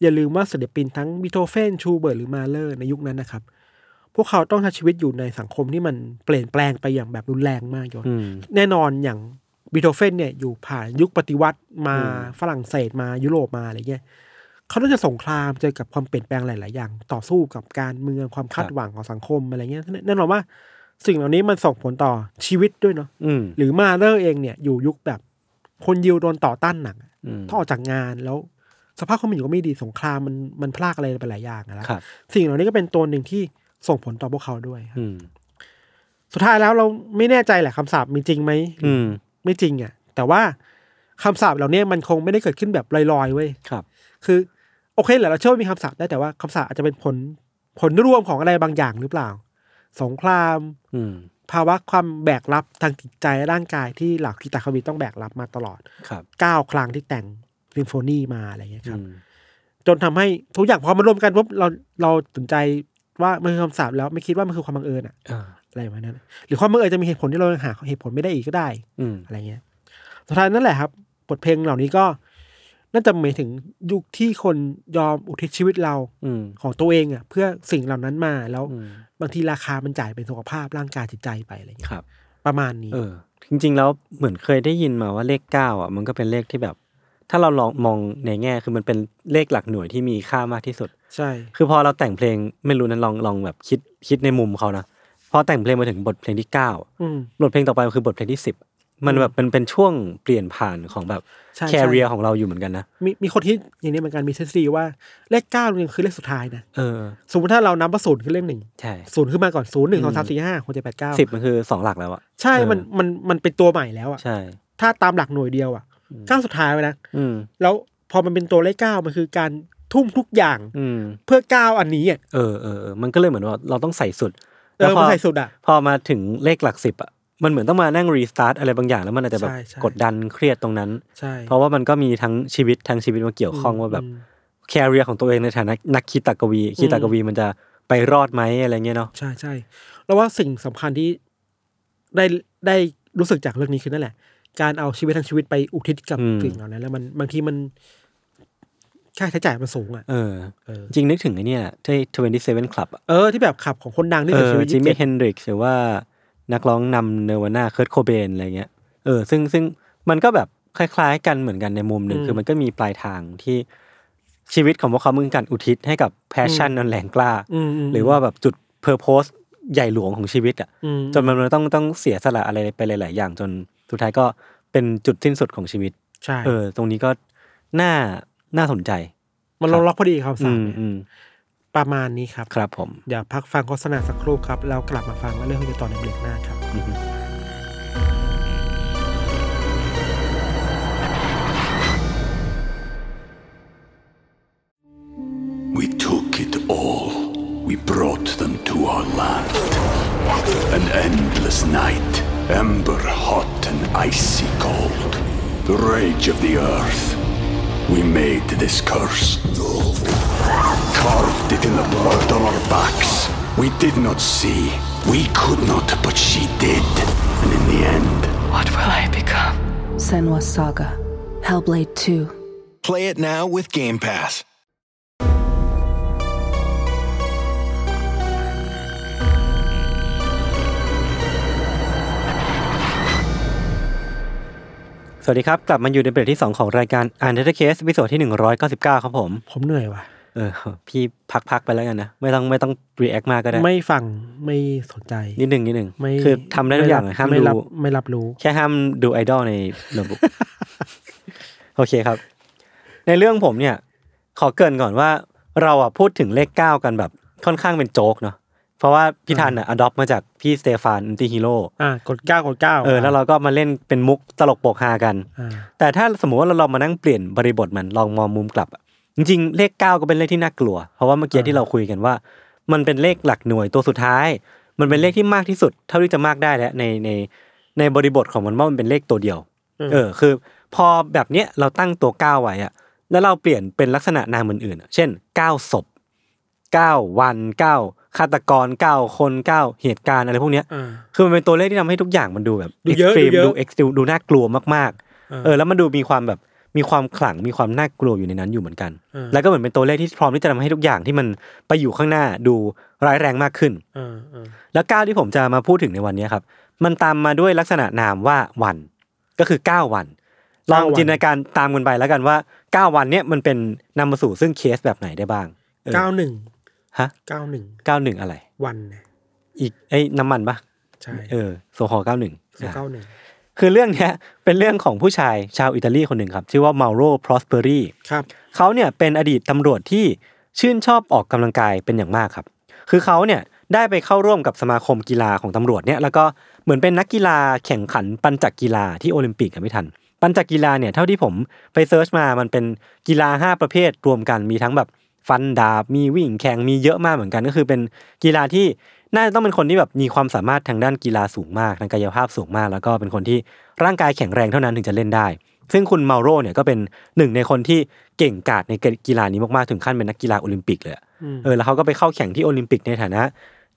C: อย่าลืมว่าศิลปินทั้งบิโธเฟนชูเบิร์ตหรือมาเลอร์ในยุคนั้นนะครับ พวกเขาต้องใช้ชีวิตอยู่ในสังคมที่มันเปลี่ยนแปลงไปอย่างแบบรุนแรงมากยศ
B: อืม
C: แน่นอนอย่างบิโธเฟนเนี่ยอยู่ผ่านยุคปฏิวัติมา
B: อืม
C: ฝรั่งเศสมายุโรปมาอะไรเงี้ยเขาต้องเจะสงครามเจอกับความเปลี่ยนแปลงหลาย ๆ อย่าง ต่อสู้กับการเมืองความคาดหวังของสังคมอะไรเงี้ยแน่นอนว่า สิ่งเหล่านี้มันส่งผลต่อชีวิตด้วยเนาะ
B: อืม
C: หรือมาเลอร์เองเนี่ยอยู่ยุคแบบ คนยิวโดนต่อต้านหนักอะ
B: อืม
C: ถ้าออกจากงานแล้วสภาพความเป็นอยู่ก็ไม่ดีสงครามมันมันพลากอะไรไปหลายอย่างอะนะครับ สิ่งเหล่านี้ก็เป็นตัวหนึ่งที่ส่งผลต่อพวกเขาด้วยครับ
B: อืม
C: สุดท้ายแล้วเราไม่แน่ใจแหละคำสาปมีจริงไหม
B: อืม
C: ไม่จริงอ่ะแต่ว่า คำสาปเหล่าเนี้ยมันคงไม่ได้เกิดขึ้นแบบลอยๆเว้ย
B: ครับ
C: คือโอเคแหละเราเชื่อว่ามีคำสาปได้แต่ว่าคำสาปอาจจะเป็นผลผลร่วมของอะไรบางอย่างหรือเปล่า สงคราม
B: อืม
C: ภาวะความแบกรับทางจิตใจและร่างกายที่เหล่าคีตาคาวีต้องแบกรับมาตลอด
B: ครับ
C: เก้าครั้งที่แต่งซิมโฟนีมาอะไรอย่างเงี้ยครับ
B: อืม
C: จนทำให้ทุกอย่างพอมันรวมกันปุ๊บเราเราสนใจว่ามันคือคำสาปแล้วไม่คิดว่ามันคือความบังเอิญอะ
B: อ่า
C: อะไรประมาณนั้น หรือความบังเอิญจะมีเหตุผลที่เราหาเหตุผลไม่ได้อีกก็ได้
B: อืม
C: อะไรเงี้ย สุดท้ายนั่นแหละครับ บทเพลงเหล่านี้ก็ น่าจะหมายถึงยุคที่คนยอมอุทิศชีวิตเรา
B: อืม
C: ของตัวเองอ่ะเพื่อสิ่งเหล่านั้นมาแล้ว
B: อืม
C: บางทีราคามันจ่ายเป็นสุขภาพร่างกายจิตใจไปอะไรเงี้ย
B: ครับ
C: ประมาณนี้
B: เออ จริง ๆ แล้วเหมือนเคยได้ยินมาว่าเลขเก้าอ่ะ มันก็เป็นเลขที่แบบ ถ้าเราลองมองในแง่คือมันเป็นเลขหลักหน่วยที่มีค่ามากที่สุด
C: ใช่
B: คือพอเราแต่งเพลงไม่รู้นั้นลองลองแบบคิดคิดในมุมเขานะพอแต่งเพลงมาถึงบทเพลงที่เก้า
C: อืม
B: บทเพลงต่อไปคือบทเพลงที่สิบมันแบบเป็นเป็นช่วงเปลี่ยนผ่านของแบบ
C: ใช่
B: แค
C: ใช่
B: เรียของเราอยู่เหมือนกันนะ
C: มีมีคนที่อย่างนี้เหมือนกันมีทฤษฎีว่าเลขเก้าเนี่ยคือเลขสุดท้ายนะ
B: เออ
C: สมมติถ้าเรานับว่าศูนย์คือเลขหนึ่ง
B: ใช่
C: ศูนย์ขึ้นมาก่อนศูนย์หนึ่งสองสามสี่ห้าหกเจ็ดแปดเก้า
B: สิบมันคือสองหลักแล้วอะ
C: ใช่มันมันมันเป็นตัวใหม่แล้วอ่ะ
B: ใช่
C: ถ้าตามหลักหน่วยเดียวอ่ะเก้าสุดท้ายไปนะ
B: อืม
C: แล้วพอมันเป็นตัวเลขเก้ามันคือการทุ่มทุกอย่าง
B: อืม
C: เพื่อก้าวอันนี้อ่ะ
B: เออเออเออมันก็เลยเหมือนว่าเราต้องใส่สุด
C: เออ
B: พ
C: มันใส่สุดอ่ะ
B: พอมาถึงเลขหลักสิบอ่ะมันเหมือนต้องมานั่งรีสตาร์ทอะไรบางอย่างแล้วมันอาจจะแบบ
C: ใช่ใช่
B: กดดันเครียดตรงนั้น
C: ใช่
B: เพราะว่ามันก็มีทั้งชีวิตทั้งชีวิตมาเกี่ยวข้องว่าแบบ
C: อืม
B: แคเรียของตัวเองในฐานะนักคีตากวี คีตากวีมันจะไปรอดไหมอะไรเงี้ยเนาะ
C: ใช่ใช่แล้วว่าสิ่งสำคัญที่ได้ได้รู้สึกจากเรื่องนี้คือนั่นแหละ การเอาชีวิตทั้งชีวิตไปอุทิศกับสิ่งเหล่านั้น แล้วมันบางทีมันค่าใช้จ่ายมันสูงอ่ะ
B: เออ
C: เออ
B: จริงนึกถึงไอ้เนี่ยที่ทเวนตี้เซเว่นคลับ
C: เออที่แบบขับของคนดังที่
B: เออ
C: เสียชีวิต
B: จิมมี่เฮ
C: 27
B: นดริกหรือว่านักร้องนำเนวาน่าเคิร์ตโคเบนอะไรเงี้ยเออซึ่งซึ่งมันก็แบบคล้ายๆ กันเหมือนกันในมุมหนึ่งคือมันก็มีปลายทางที่ชีวิตของพวกเขามือการอุทิศให้กับแพชชั่นนันแรงกล้า หรือว่าแบบจุดเพอร์โพสใหญ่หลวงของชีวิตอ่ะ
C: อืม
B: จนมันมันต้องต้องเสียสละอะไรไปหลาย ๆ อย่างจนสุดท้ายก็เป็นจุดสิ้นสุดของชีวิต
C: ใช่
B: เออ ตรงนี้ก็น่าน่าสนใจ
C: มันลงล็อกพอดี
B: อื
C: คำสาม
B: ม
C: เนี่ย
B: อืม
C: ประมาณนี้ครับ
B: ครับผม
C: เดี๋ยวพักฟังโฆษณาสักครู่ครับ แล้วกลับมาฟังเรื่องกันต่อในเบรกหน้าครับ
D: We took it all. We brought them to our land. An endless night, ember hot and icy cold. The rage of the earth. We made this curse. Carved it in the blood on our backs. We did not see. We could not, but she did. And in the end,
E: What will I become?
F: Senwa Saga. Hellblade 2.
G: Play it now with Game Pass.
B: สวัสดีครับ กลับมาอยู่ในเบรกที่ 2 ของรายการ u n d e r t a k e s วิสดที่ 199 ครับผม
C: ผมเหนื่อยว่ะ
B: เออ พี่พัก ๆ ไปแล้วกันนะ ไม่ต้องไม่ต้องรีแอคมากก็ได้
C: ไม่ฟังไม่สนใจ
B: นิดหนึ่งนิดหนึ่ง
C: ไม่
B: คือทำได้ทุกอย่างเลยห้าม
C: ไม่
B: ดู
C: รับไม่รับรู้
B: แค่ห้ามดูไอดอลในโน้ตบุ๊ก โอเคครับ ในเรื่องผมเนี่ย ขอเกรินก่อนว่า เราอ่ะพูดถึงเลขเก้ากันแบบค่อนข้างเป็นโจ๊กเนาะเพราะว่าพี่ทันอ่ะอดอปมาจากพี่สเตฟานอินติฮิโร่
C: อ่ะกดเก้ากดเก้า
B: เออแล้วเราก็มาเล่นเป็นมุกตลกโปกฮากัน
C: อ่า
B: แต่ถ้าสมมติว่าเราลองมานั่งเปลี่ยนบริบทมันลองมองมุมกลับอะจริงๆ เลขเก้าก็เป็นเลขที่น่ากลัว เพราะว่าเมื่อกี้ที่เราคุยกันว่า มันเป็นเลขหลักหน่วยตัวสุดท้าย มันเป็นเลขที่มากที่สุด เท่าที่จะมากได้แล้วในในในบริบทของมันว่ามันเป็นเลขตัวเดียว เออ คือ พอแบบเนี้ยเราตั้งตัวเก้าไว้อะแล้วเราเปลี่ยนเป็นลักษณะนามอื่นๆอะเช่นเก้าศพเก้าวันเก้าฆาตกรเก้าคนเก้าเหตุการณ์อะไรพวกเนี้ย คือมันเป็นตัวเลขที่ทำให้ทุกอย่างมันดูแบบ
C: ดูเยอะ
B: กรีม
C: ดูเยอะ
B: ดูเอ็กซ์ดูน่ากลัวมากๆ เออแล้วมันดูมีความแบบมีความขลังมีความน่ากลัวอยู่ในนั้นอยู่เหมือนกัน แล้วก็เหมือนเป็นตัวเลขที่พร้อมที่จะทำให้ทุกอย่างที่มันไปอยู่ข้างหน้าดูร้ายแรงมากขึ้น
C: อ่าอ่า
B: แล้วก้าวที่ผมจะมาพูดถึงในวันนี้ครับ มันตามมาด้วยลักษณะนามว่าวัน ก็คือ 9 วันล
C: เก้า
B: อง
C: วัน
B: จินตนาการตามกันไปแล้วกันว่า 9 วันเนี้ยมันเป็นนำมาสู่ซึ่งเคสแบบไหนได้บ้างออ
C: เก้าหนึ่ง
B: ฮะ
C: เก้าหนึ่ง
B: เก้าหนึ่งอะไร
C: วันนะ
B: อีกไอ้ยน้ำมันปะ
C: ใช่
B: เออโซฮอเก้าหนึ่ง
C: คือเก้าหนึ่ง
B: คือเรื่องเนี้ยเป็นเรื่องของผู้ชายชาวอิตาลีคนหนึ่งครับ ชื่อว่ามาโรพรอสเปอรี
C: ครับ
B: เขาเนี่ยเป็นอดีตตำรวจที่ชื่นชอบออกกำลังกายเป็นอย่างมากครับ คือเขาเนี่ยได้ไปเข้าร่วมกับสมาคมกีฬาของตำรวจเนี่ยแล้วก็เหมือนเป็นนักกีฬาแข่งขันปัญจักกีฬาที่โอลิมปิกกับไม่ทัน ปั่นจักรกีฬาเนี่ยเท่าที่ผมไปเซิร์ชมามันเป็นกีฬาห้าประเภทรวมกันมีทั้งแบบฟันดาบมีวิ่งแข่งมีเยอะมากเหมือนกันก็คือเป็นกีฬาที่น่าจะต้องเป็นคนที่แบบมีความสามารถทางด้านกีฬาสูงมากทางกายภาพสูงมาก แล้วก็เป็นคนที่ร่างกายแข็งแรงเท่านั้นถึงจะเล่นได้ ซึ่งคุณเมาโรเนี่ยก็เป็นหนึ่งในคนที่เก่งกาจในกีฬานี้มากๆถึงขั้นเป็นนักกีฬาโอลิมปิกเลยอะเออแล้วเขาก็ไปเข้าแข่งที่โอลิมปิกในฐานะ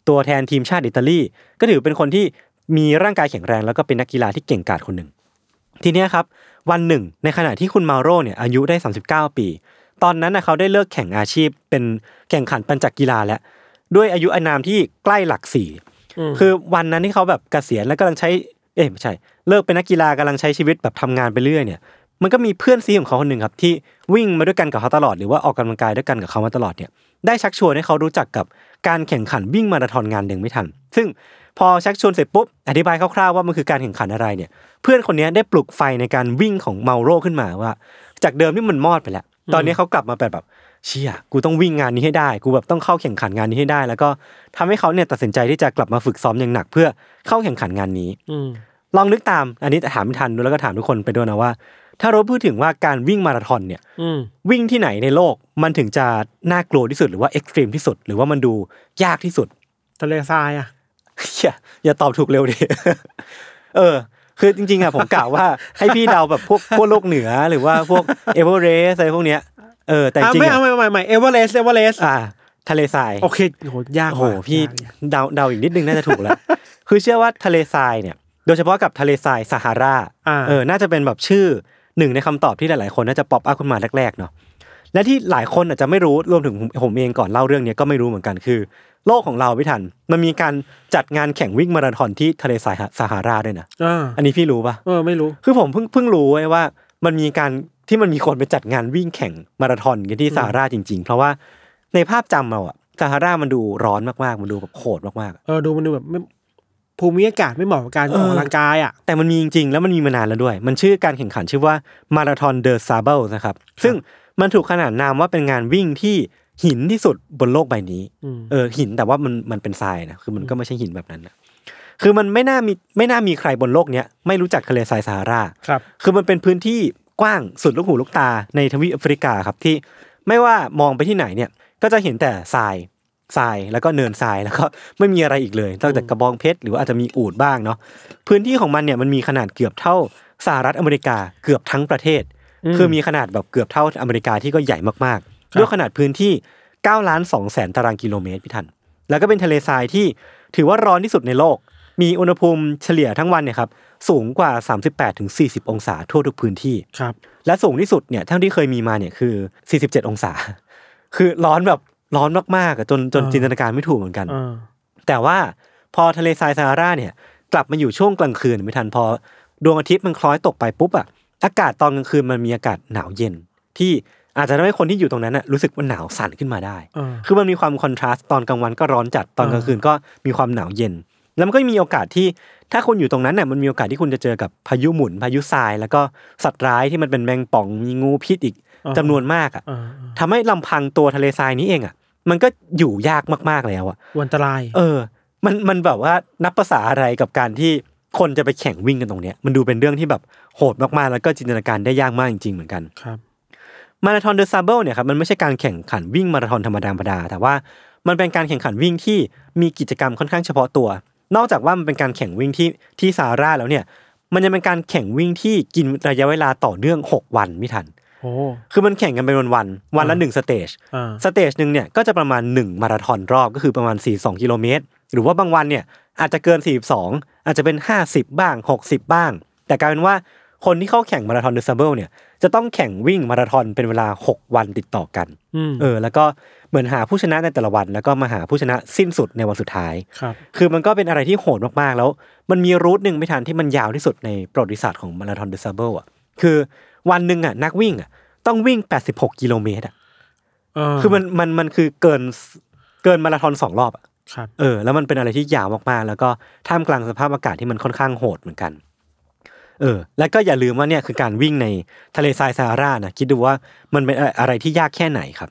B: ตัวแทนทีมชาติอิตาลีก็ถือเป็นคนที่มีร่างกายแข็งแรงแล้วก็เป็นนักกีฬาที่เก่งกาจคนหนึ่ง ทีเนี้ยครับ วันหนึ่ง ในขณะที่คุณมาโร่เนี่ยอายุได้ 39 ปี ตอนนั้นนะเขาได้เลิกแข่งอาชีพ เป็นแข่งขันปั่นจักรกีฬาแล้ว ด้วยอายุอานามที่ใกล้หลักสี่คือวันนั้นที่เขาแบบเกษียณแล้วกำลังใช้ เอ๊ะไม่ใช่ เลิกเป็นนักกีฬากำลังใช้ชีวิตแบบทำงานไปเรื่อยเนี่ย มันก็มีเพื่อนซีของเขาคนหนึ่งครับที่วิ่งมาด้วยกันกับเขาตลอดหรือว่าออกกำลังกายด้วยกันกับเขามาตลอดเนี่ย ได้ชักชวนให้เขารู้จักกับการแข่งขันวิ่งมาราธอนงานหนึ่งไม่ทัน ซึ่งพอชักชวนเสร็จปุ๊บ อธิบายคร่าวๆว่ามันคือการแข่งขันอะไรเนี่ย เพื่อนคนนี้ได้ปลุกไฟในการวิ่งของเมาโร่ขึ้นมาว่า จากเดิมที่มันมอดไปแล้ว ตอนนี้เขากลับมาแบบแบบเชี่ยกูต้องวิ่งงานนี้ให้ได้ กูแบบต้องเข้าแข่งขันงานนี้ให้ได้ แล้วก็ทำให้เขาเนี่ยตัดสินใจที่จะกลับมาฝึกซ้อมอย่างหนัก เพื่อเข้าแข่งขันงานนี้
C: อืม
B: ลองนึกตาม อันนี้ถามไม่ทันดูแล้วก็ถามทุกคนไปด้วยนะว่า ถ้าเราพูดถึงว่าการวิ่งมาราธอนเนี่ย
C: อืม
B: วิ่งที่ไหนในโลกมันถึงจะน่ากลัวที่สุดหรือว่าเอ็กซ์ตรีมที่สุด หรือว่ามันดูยากที่สุด
C: ทะเลทรายอ่ะ
B: อย่าอย่าตอบถูกเร็วดิ เออ คือจริงๆอะผมกล่าวว่า ให้พี่เดาแบบพวกพวกโลกเหนือหรือว่าพวกเอเวอเรสต์อะไรพวกเนี้ยเออแต่จ
C: อ่ะ
B: ริง
C: ไม่
B: ๆ
C: เอา
B: อะ
C: ไม่ไม่ไม่เอเวอเรสต์เอเวอเรสต์
B: อ่า ทะเลทราย
C: โอเคโหยาก
B: โอ้
C: ว่ะ
B: โหพี่
C: ยากยาก
B: เดาเดาอีกนิดนึงน่าจะถูกแล้ว คือเชื่อว่าทะเลทรายเนี่ย โดยเฉพาะกับทะเลทรายซาฮารา
C: อ่า
B: เออ น่าจะเป็นแบบชื่อหนึ่งในคำตอบที่หลายๆ คนน่าจะป๊อปอัพขึ้นมาแรกๆ เนาะ และที่หลายคนอาจจะไม่รู้ รวมถึงผมผมเองก่อนเล่าเรื่องเนี้ยก็ไม่รู้เหมือนกันคือ โลกของเราไม่ทัน มันมีการจัดงานแข่งวิ่งมาราธอนที่ทะเลทรายซาฮาราด้วยนะ
C: อ่า
B: อันนี้พี่รู้ปะ
C: เออไม่รู้
B: คือผมเพิ่งเพิ่งรู้ไว้ว่า มันมีการที่มันมีคนไปจัดงานวิ่งแข่งมาราธอนกันที่ซาฮาราจริง ๆ เพราะว่าในภาพจำเราอะซาฮารามันดูร้อนมากๆ มันดูแบบโหดมากๆ
C: เออดูมันดูแบบไม่ภูมิอากาศไม่เหมาะกับการ
B: เออ
C: ออกกำลังกายอ่ะ
B: แต่มันมีจริงๆ แล้วมันมีมานานแล้วด้วย มันชื่อการแข่งขันชื่อว่ามาราธอนเดอะซาเบิลนะครับ ซึ่งมันถูกขนานนามว่าเป็นงานวิ่งที่หินที่สุดบนโลกใบนี้
C: อืม
B: เออหินแต่ว่ามันมันเป็นทรายนะ คือมันก็ไม่ใช่หินแบบนั้นนะคือมันไม่น่ามีไม่น่ามีใครบนโลกเนี้ยไม่รู้จักทะเลทรายซาฮารา
C: ครับ
B: คือมันเป็นพื้นที่กว้างสุดลูกหูลูกตาในทวีปแอฟริกาครับที่ไม่ว่ามองไปที่ไหนเนี่ยก็จะเห็นแต่ทรายทรายแล้วก็เนินทรายแล้วก็ไม่มีอะไรอีกเลยนอกจากกระบองเพชรหรือว่าอาจจะมีอูดบ้างเนาะพื้นที่ของมันเนี่ยมันมีขนาดเกือบเท่าสหรัฐอเมริกาเกือบทั้งประเทศ คือมีขนาดแบบเกือบเท่าอเมริกาที่ก็ใหญ่มากๆด้วยขนาดพื้นที่9ล้าน2แสนตารางกิโลเมตรพี่ทัน แล้วก็เป็นทะเลทรายที่ถือว่าร้อนที่สุดในโลก มีอุณหภูมิเฉลี่ยทั้งวันเนี่ยครับสูงกว่า 38-40 องศาทั่วทุกพื้นที่
C: ครับ
B: และสูงที่สุดเนี่ยเท่าที่เคยมีมาเนี่ยคือ 47 องศา คือร้อนแบบร้อนมากๆอะจนจนจินตนาการไม่ถูกเหมือนกัน
C: เออ
B: แต่ว่าพอทะเลทรายซาฮาราเนี่ยกลับมาอยู่ช่วงกลางคืนไม่ทันพอดวงอาทิตย์มันคล้อยตกไปปุ๊บอะอากาศตอนกลางคืนมันมีอากาศหนาวเย็น ที่อาจจะทำให้คนที่อยู่ตรงนั้นน่ะรู้สึกว่าหนาวสั่นขึ้นมาได้
C: เออ
B: คือมันมีความคอนทราสต์ตอนกลางวันก็ร้อนจัดตอนกลางคืนก็มีความหนาวเย็น แล้วมันก็มีโอกาสที่ถ้าคุณอยู่ตรงนั้นเนี่ยมันมีโอกาสที่คุณจะเจอกับพายุหมุนพายุทราย แล้วก็สัตว์ร้ายที่มันเป็นแมงป่องมีงูพิษอีก
C: อ่า
B: จำนวนมากอ่ะ
C: เออเออ
B: ทำให้ลำพังตัวทะเลทรายนี้เองอ่ะมันก็อยู่ยากมากๆแล้วอ่ะ
C: วันอันตราย
B: เออ มันมันแบบว่านับภาษาอะไรกับการที่คนจะไปแข่งวิ่งกันตรงเนี้ยมันดูเป็นเรื่องที่แบบโหดมากๆแล้วก็จินตนาการได้ยากมากจริงๆเหมือนกัน
C: ครับ
B: มาราธอนเดอะซาเบิลเนี่ยครับมันไม่ใช่การแข่งขันวิ่งมาราธอนธรรมดาธรรมดาแต่ว่ามันเป็นการแข่งขันวิ่งที่มีกิจกรรมค่อนข้างเฉพาะตัว นอกจากว่ามันเป็นการแข่งวิ่งที่ที่ซาฮาราแล้วเนี่ย มันยังเป็นการแข่งวิ่งที่กินระยะเวลาต่อเนื่อง 6 วันไม่ทัน
C: โอ้
B: คือมันแข่งกันเป็นวันวันๆวันละหนึ่งสเตจ
C: อ่า
B: สเตจหนึ่งเนี่ยก็จะประมาณ 1 มาราธอนรอบก็คือประมาณ 42 กิโลเมตร หรือว่าบางวันเนี่ยอาจจะเกิน 42 อาจจะเป็น 50 บ้าง 60 บ้าง แต่กลายเป็นว่าคนที่เข้าแข่งมาราธอนเดอะซับเบิลเนี่ยจะต้องแข่งวิ่งมาราธอนเป็นเวลา 6 วันติดต่อกัน
C: อืม
B: เออ แล้วก็เหมือนหาผู้ชนะในแต่ละวัน แล้วก็มาหาผู้ชนะสิ้นสุดในวันสุดท้าย
C: ครับ
B: คือมันก็เป็นอะไรที่โหดมากๆ แล้ว มันมีรูทหนึ่งไม่ทันที่มันยาวที่สุดในประวัติศาสตร์ของมาราธอนเดอะซับเบิลอ่ะคือวันหนึ่งอ่ะนักวิ่งอ่ะต้องวิ่ง 86 กิโลเมตรอ่ะ
C: เออ
B: คือมันมันมันคือเกินเกินมาราธอนสองรอบอะ
C: ครับ
B: เออ แล้วมันเป็นอะไรที่ยาวมากๆ แล้วก็ท่ามกลางสภาพอากาศที่มันค่อนข้างโหดเหมือนกัน เออ แล้วก็อย่าลืมว่าเนี่ยคือการวิ่งในทะเลทรายซาฮารานะคิดดูว่ามันเป็นอะไรอะไรที่ยากแค่ไหนครับ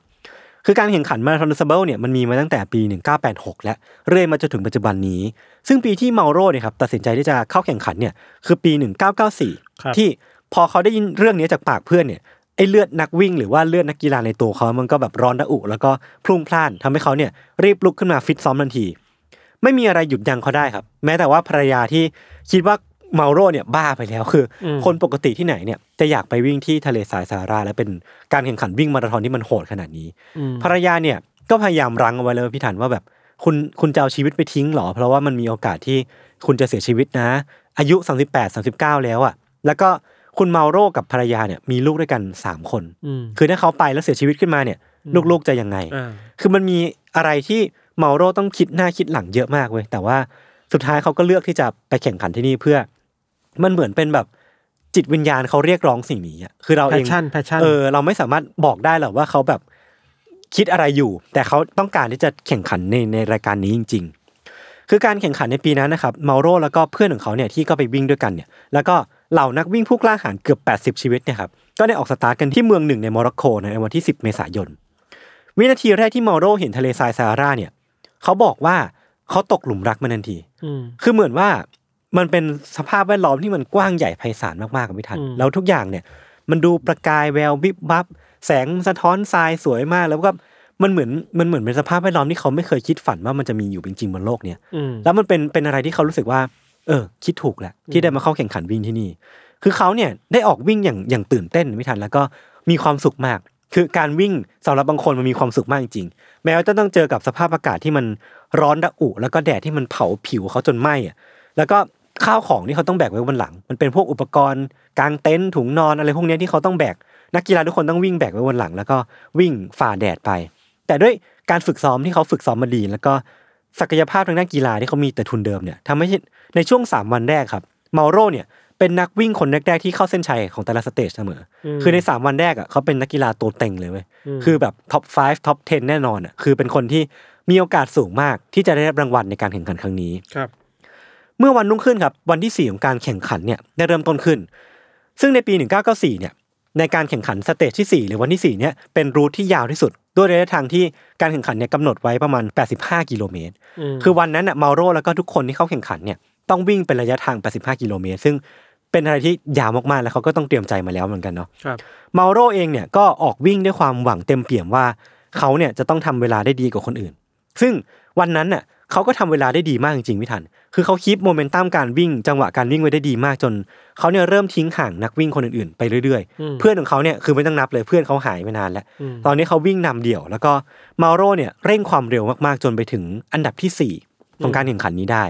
B: คือการแข่งขันมาราธอนซับเบิลเนี่ยมันมีมาตั้งแต่ปี 1986 และเรื่อยมาจนถึงปัจจุบันนี้ ซึ่งปีที่เมาโร่เนี่ยครับตัดสินใจที่จะเข้าแข่งขันเนี่ยคือปี 1994 ที่ พอเขาได้ยินเรื่องนี้จากปากเพื่อนเนี่ยไอ้เลือดนักวิ่งหรือว่าเลือดนักกีฬาในตัวเขามันก็แบบร้อนระอุ แล้วก็พลุ่งพล่านทำให้เขาเนี่ยรีบลุกขึ้นมาฟิตซ้อมทันที ไม่มีอะไรหยุดยั้งเขาได้ครับ แม้แต่ว่าภรรยาที่คิดว่าเมาโรเนี่ยบ้าไปแล้วคืออคนปกติที่ไหนเนี่ยจะอยากไปวิ่งที่ทะเลสายซาฮาราและเป็นการแข่งขันวิ่งมาราธอนที่มันโหดขนาดนี้ ภรรยาเนี่ยก็พยายามรั้งเอาไว้เลยพี่ถันว่าแบบ คุณคุณจะเอาชีวิตไปทิ้งเหรอ เพราะว่ามันมีโอกาสที่คุณจะเสียชีวิตนะ อายุ 38 39 แล้วอะ่ะ แล้วก็คุณเมาโรกับภรรยาเนี่ยมีลูกด้วยกัน 3 คน
C: อืม
B: คือถ้าเขาไปแล้วเสียชีวิตขึ้นมาเนี่ย ลูกๆจะยังไง
C: อ่า
B: คือมันมีอะไรที่เมาโรต้องคิดหน้าคิดหลังเยอะมากเว้ยแต่ว่าสุดท้ายเขาก็เลือกที่จะไปแข่งขันที่นี่เพื่อ มันเหมือนเป็นแบบจิตวิญญาณเขาเรียกร้องสิ่งนี้อะคือเราเอง
C: passion passion
B: เออเราไม่สามารถบอกได้หรอกว่าเขาแบบคิดอะไรอยู่ แต่เขาต้องการที่จะแข่งขันในในรายการนี้จริง ๆ คือการแข่งขันในปีนั้นนะครับเมาโรแล้วก็เพื่อนของเขาเนี่ยที่ก็ไปวิ่งด้วยกันเนี่ย แล้วก็เหล่านักวิ่งผู้กล้าหาญเกือบ 80 ชีวิตเนี่ยครับก็ได้ออกสตาร์ทกันที่เมืองหนึ่งในโมร็อกโกในวันที่ 10 เมษายน วินาทีแรกที่เมาโรเห็นทะเลทรายซาฮาราเนี่ยเขาบอกว่าเขาตกหลุมรักมันทันที
C: อืม
B: คือเหมือนว่ามันเป็นสภาพแวดล้อมที่มันกว้างใหญ่ไพศาลมากๆกับพี่ทัน
C: อืม
B: แล้วทุกอย่างเนี่ย มันดูประกายแวววิบวับ แสงสะท้อนทรายสวยมาก แล้วก็มันเหมือนมันเหมือนเป็นสภาพแวดล้อมที่เขาไม่เคยคิดฝันว่ามันจะมีอยู่เป็นจริงบนโลกเนี่ย
C: อืม
B: แล้วมันเป็นเป็นอะไรที่เขารู้สึกว่า เออ คิดถูกแหละที่ได้มาเข้าแข่งขันวิ่งที่นี่ คือเขาเนี่ยได้ออกวิ่งอย่างอย่างตื่นเต้นไม่ทันแล้วก็มีความสุขมาก คือการวิ่งสำหรับบางคนมันมีความสุขมากจริงๆแม้ว่าจะต้องเจอกับสภาพอากาศที่มันร้อนระอุ แล้วก็แดดที่มันเผาผิวเขาจนไหม้อะแล้วก็ข้าวของที่เขาต้องแบกไว้บนหลัง มันเป็นพวกอุปกรณ์กางเต็นท์ถุงนอนอะไรพวกเนี้ยที่เขาต้องแบกนักกีฬาทุกคนต้องวิ่งแบกไว้บนหลัง แล้วก็วิ่งฝ่าแดดไป แต่ด้วยการฝึกซ้อมที่เขาฝึกซ้อมมาดี แล้วก็ศักยภาพทางด้านกีฬาที่เขามีแต่ทุนเดิมเนี่ยทำให้ในช่วง 3 วันแรกครับเมาโรเนี่ยเป็นนักวิ่งคนแรกๆที่เข้าเส้นชัยของแต่ละสเตจเสมออคือใน 3 วันแรกอ่ะเขาเป็นนักกีฬาตัวเต็งเลยเว้ยคือแบบท็อป5ท็อป 10 แน่นอนอ่ะคือเป็นคนที่มีโอกาสสูงมากที่จะได้รับรางวัลในการแข่งขันครั้งนี้
C: ครับ
B: เมื่อวันรุ่งขึ้นครับวันที่ 4 ของการแข่งขันเนี่ยได้เริ่มต้นขึ้น ซึ่งในปี 1994เนี่ยในการแข่งขันสเตจทีสี่ 4 หรือวันที่ 4เนี่ยเป็นรูทที่ยาวที่สุด ด้วยระยะทางที่การแข่งขันเนี่ยกำหนดไว้ประมาณ 85 กิโลเมตร คือวันนั้นน่ะเมาโรแล้วก็ทุกคนที่เข้าแข่งขันเนี่ยต้องวิ่งเป็นระยะทาง 85 กิโลเมตร ซึ่งเป็นอะไรที่ยาวมากๆแล้วเขาก็ต้องเตรียมใจมาแล้วเหมือนกันเนาะ
C: ครับ
B: เมาโรเองเนี่ยก็ออกวิ่งด้วยความหวังเต็มเปี่ยมว่าเขาเนี่ยจะต้องทำเวลาได้ดีกว่าคนอื่น ซึ่งวันนั้นน่ะเขาก็ทำเวลาได้ดีมากจริงๆพี่ทัน คือเขาคีบโมเมนตัมการวิ่ง จังหวะการวิ่งไว้ได้ดีมากจนเขาเนี่ยเริ่มทิ้งห่างนักวิ่งคนอื่นๆไปเรื่อยๆ เพื่อนของเขาเนี่ยคือไม่ต้องนับเลยเพื่อนเขาหายไปนานแล้ว ตอนนี้เขาวิ่งนำเดี่ยว แล้วก็เมาโรเนี่ยเร่งความเร็วมากๆจนไปถึงอันดับที่สี่ของการแข่งขันนี้ได้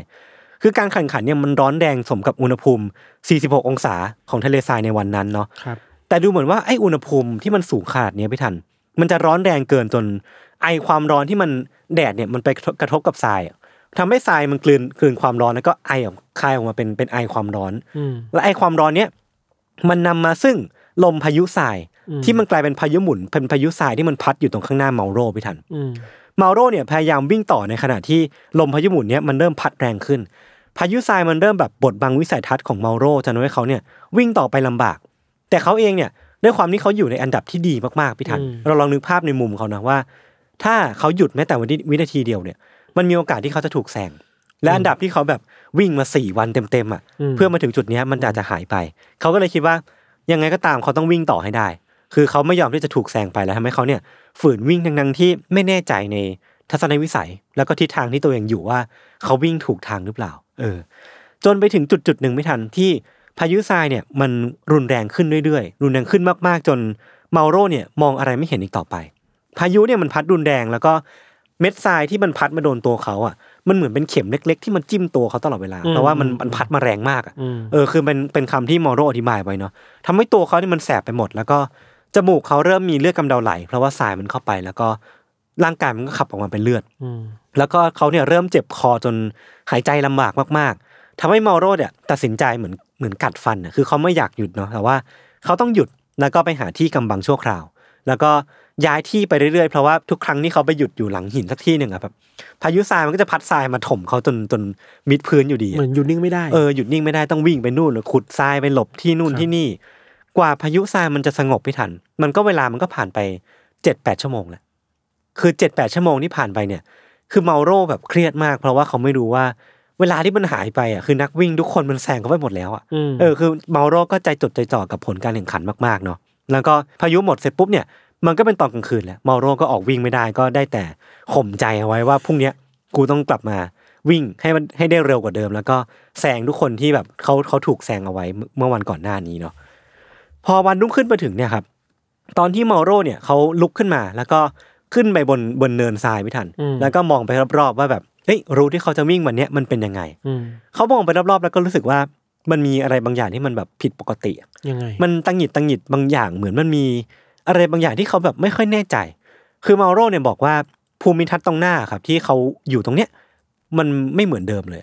B: คือการแข่งขันเนี่ยมันร้อนแรงสมกับอุณหภูมิ 46 องศาของทะเลทรายในวันนั้นเนาะ
C: ครับ
B: แต่ดูเหมือนว่าไออุณหภูมิที่มันสูงขนาดเนี้ยพี่ทัน มันจะร้อนแรงเกินจน ไอความร้อนที่มันแดดเนี่ยมันไปกระทบกับทรายอะทำให้ทรายมันกลืนกลืนความร้อนแล้วก็ไอออกคายออกมาเป็นเป็นไอความร้อน
C: อืม
B: และไอความร้อนเนี้ยมันนำมาซึ่งลมพายุทราย ที่มันกลายเป็นพายุหมุนเป็นพายุทรายที่มันพัดอยู่ตรงข้างหน้าเมาโรพี่ทัน
C: อืม
B: เมาโรเนี่ยพยายามวิ่งต่อในขณะที่ลมพายุหมุนเนี่ยมันเริ่มพัดแรงขึ้น พายุทรายมันเริ่มแบบบดบังวิสัยทัศน์ของเมาโรจนทำให้เขาเนี่ยวิ่งต่อไปลำบาก แต่เขาเองเนี่ยด้วยความที่เขาอยู่ในอันดับที่ดีมากๆพี่ทัน
C: อืม
B: เราลองนึกภาพในมุมเขานะว่า ถ้าเขาหยุดแม้แต่วันที่วินาทีเดียวเนี่ยมันมีโอกาสที่เขาจะถูกแซงและอันดับที่เขาแบบวิ่งมาสี่วันเต็มๆอ่ะเพื่อมาถึงจุดเนี้ยมันอาจจะหายไป เขาก็เลยคิดว่ายังไงก็ตามเขาต้องวิ่งต่อให้ได้ คือเขาไม่ยอมที่จะถูกแซงไปแล้วทำให้เขาเนี่ย ฝืนวิ่งทั้งๆที่ไม่แน่ใจในทัศนวิสัย แล้วก็ทิศทางที่ตัวเองอยู่ว่า เขาวิ่งถูกทางหรือเปล่า เออ จนไปถึงจุดจุดๆหนึ่งไม่ทันที่พายุทรายเนี่ยมันรุนแรงขึ้นเรื่อยๆ รุนแรงขึ้นมากๆ จนเมาโรเนี่ยมองอะไรไม่เห็นอีกต่อไป พายุเนี่ยมันพัดรุนแรงแล้วก็เม็ดทรายที่มันพัดมาโดนตัวเขาอ่ะ มันเหมือนเป็นเข็มเล็ก ๆ ที่มันจิ้มตัวเขาตลอดเวลาเพราะว่ามันมันพัดมาแรงมากอะเออคือเป็นเป็นคำที่เมาโรอธิบายไว้เนาะทำให้ตัวเขาเนี่ยมันแสบไปหมด แล้วก็จมูกเขาเริ่มมีเลือดกำเดาไหล เพราะว่าทรายมันเข้าไปแล้วก็ร่างกายมันก็ขับออกมาเป็นเลือด
C: อืม
B: แล้วก็เขาเนี่ยเริ่มเจ็บคอจนหายใจลำบากมากๆทำให้เมาโรเนี่ยตัดสินใจเหมือนเหมือนกัดฟันนะคือเขาไม่อยากหยุดเนาะแต่ว่าเขาต้องหยุดแล้วก็ไปหาที่กำบังชั่วคราว แล้วก็ย้ายที่ไปเรื่อยๆ เพราะว่าทุกครั้งที่เขาไปหยุดอยู่หลังหินสักที่หนึ่งอะแบบพายุทรายมันก็จะพัดทรายมาถมเขาจนจนมิดพื้นอยู่ดีอะ
C: เหมือนอยู่นิ่งไม่ได้
B: เออหยุดนิ่งไม่ได้ต้องวิ่งไปนู่นขุดทรายไปหลบที่นู่นที่นี่ กว่าพายุทรายมันจะสงบไม่ทัน มันก็เวลามันก็ผ่านไปเจ็ดแปดชั่วโมงแหละคือเจ็ดแปดชั่วโมงที่ผ่านไปเนี่ย คือเมาโรแบบเครียดมาก เพราะว่าเขาไม่รู้ว่า เวลาที่มันหายไปอ่ะคือนักวิ่งทุกคนมันแซงเขาไปหมดแล้วอ่ะ
C: อืม
B: เออคือเมาโรก็ใจจดใจจ่อกับผลการแข่งขันมากๆเนาะแล้วก็พายุหมดเสร็จปุ๊บเนี่ยมันก็เป็นตอนกลางคืนแหละเมาโรก็ออกวิ่งไม่ได้ก็ได้แต่ข่มใจเอาไว้ว่าพรุ่งเนี้ยกูต้องกลับมาวิ่งให้มันให้ได้เร็วกว่าเดิม แล้วก็แซงทุกคนที่แบบเขาเขาถูกแซงเอาไว้เมื่อวันก่อนหน้านี้เนาะพอวันรุ่งขึ้นมาถึงเนี่ยครับ ตอนที่เมาโรเนี่ยเขาลุกขึ้นมา แล้วก็ขึ้นไปบนบนเนินทรายไม่ทัน
C: อืม
B: แล้วก็มองไปรอบๆว่าแบบเอ้ยรูที่เขาจะวิ่งวันเนี้ยมันเป็นยังไง
C: อืม
B: เขามองไปรอบๆ แล้วก็รู้สึกว่ามันมีอะไรบางอย่างที่มันแบบผิดปกติอะ
C: ยังไง
B: มันตังหงิดตังหงิดบางอย่างเหมือนมันมีอะไรบางอย่างที่เขาแบบไม่ค่อยแน่ใจ คือเมาโรเนี่ยบอกว่าภูมิทัศน์ตรงหน้าครับ ที่เขาอยู่ตรงเนี้ยมันไม่เหมือนเดิมเลย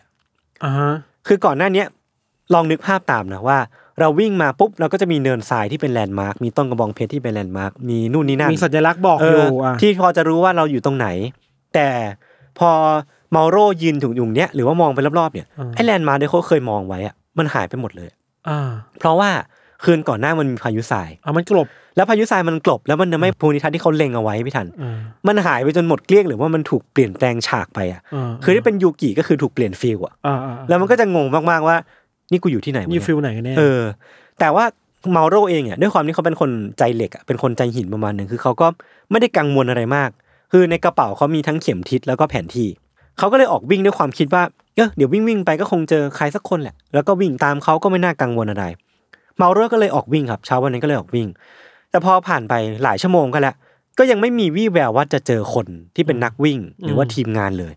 C: อ่าฮะ
B: คือก่อนหน้าเนี้ยลองนึกภาพตามนะว่า เราวิ่งมาปุ๊บเราก็จะมีเนินทรายที่เป็นแลนด์มาร์คมีต้นกระบองเพชรที่เป็นแลนด์มาร์คมีนู่นนี่นั่น
C: มีสัญลักษณ์บอก
B: เอ
C: อ
B: อยู่
C: อ่ะ
B: ที่พอจะรู้ว่าเราอยู่ตรงไหน แต่พอเมาโรยืนถึงอยู่เนี้ยหรือว่ามองไปรอบๆเนี่ยไอ้แลนด์มาร์คที่เขาเคยมองไว้อะมันหายไปหมดเลย
C: อ่า
B: เพราะว่าคืนก่อนหน้ามันมีพายุทราย
C: อ่ะมันกลบ
B: แล้วพายุทรายมันกลบแล้วมันทำให้ภูมิทัศน์ที่เขาเล็งเอาไว้พี่ทัน
C: อ่า
B: มันหายไปจนหมดเกลี้ยงหรือว่ามันถูกเปลี่ยนแปลงฉากไปอ่ะ
C: อ่า
B: คือที่เป็นยูกิก็คือถูกเปลี่ยนฟิลอะ
C: อ่าอ่า
B: แล้วมันก็จะงงมากๆว่า นี่กูอยู่ที่ไหนวะ
C: อ
B: เนี่
C: ยู่
B: ย
C: ฟิลไหนกันแน่
B: เออแต่ว่าเมาโรเองเนี่ยด้วยความที่เขาเป็นคนใจเหล็กอะเป็นคนใจหินประมาณหนึ่งคือเขาก็ไม่ได้กังวลอะไรมาก คือในกระเป๋าเขามีทั้งเข็มทิศแล้วก็แผนที่เขาก็เลยออกวิ่งด้วยความคิดว่าเออเดี๋ยววิ่งวิ่งๆไปก็คงเจอใครสักคนแหละ แล้วก็วิ่งตามเขาก็ไม่น่ากังวลอะไร เมาโรก็เลยออกวิ่งครับเช้าวันนั้นก็เลยออกวิ่ง แต่พอผ่านไปหลายชั่วโมงก็แล้วก็ยังไม่มีวี่แววว่าจะเจอคนที่เป็นนักวิ่งหรือว่าทีมงานเลย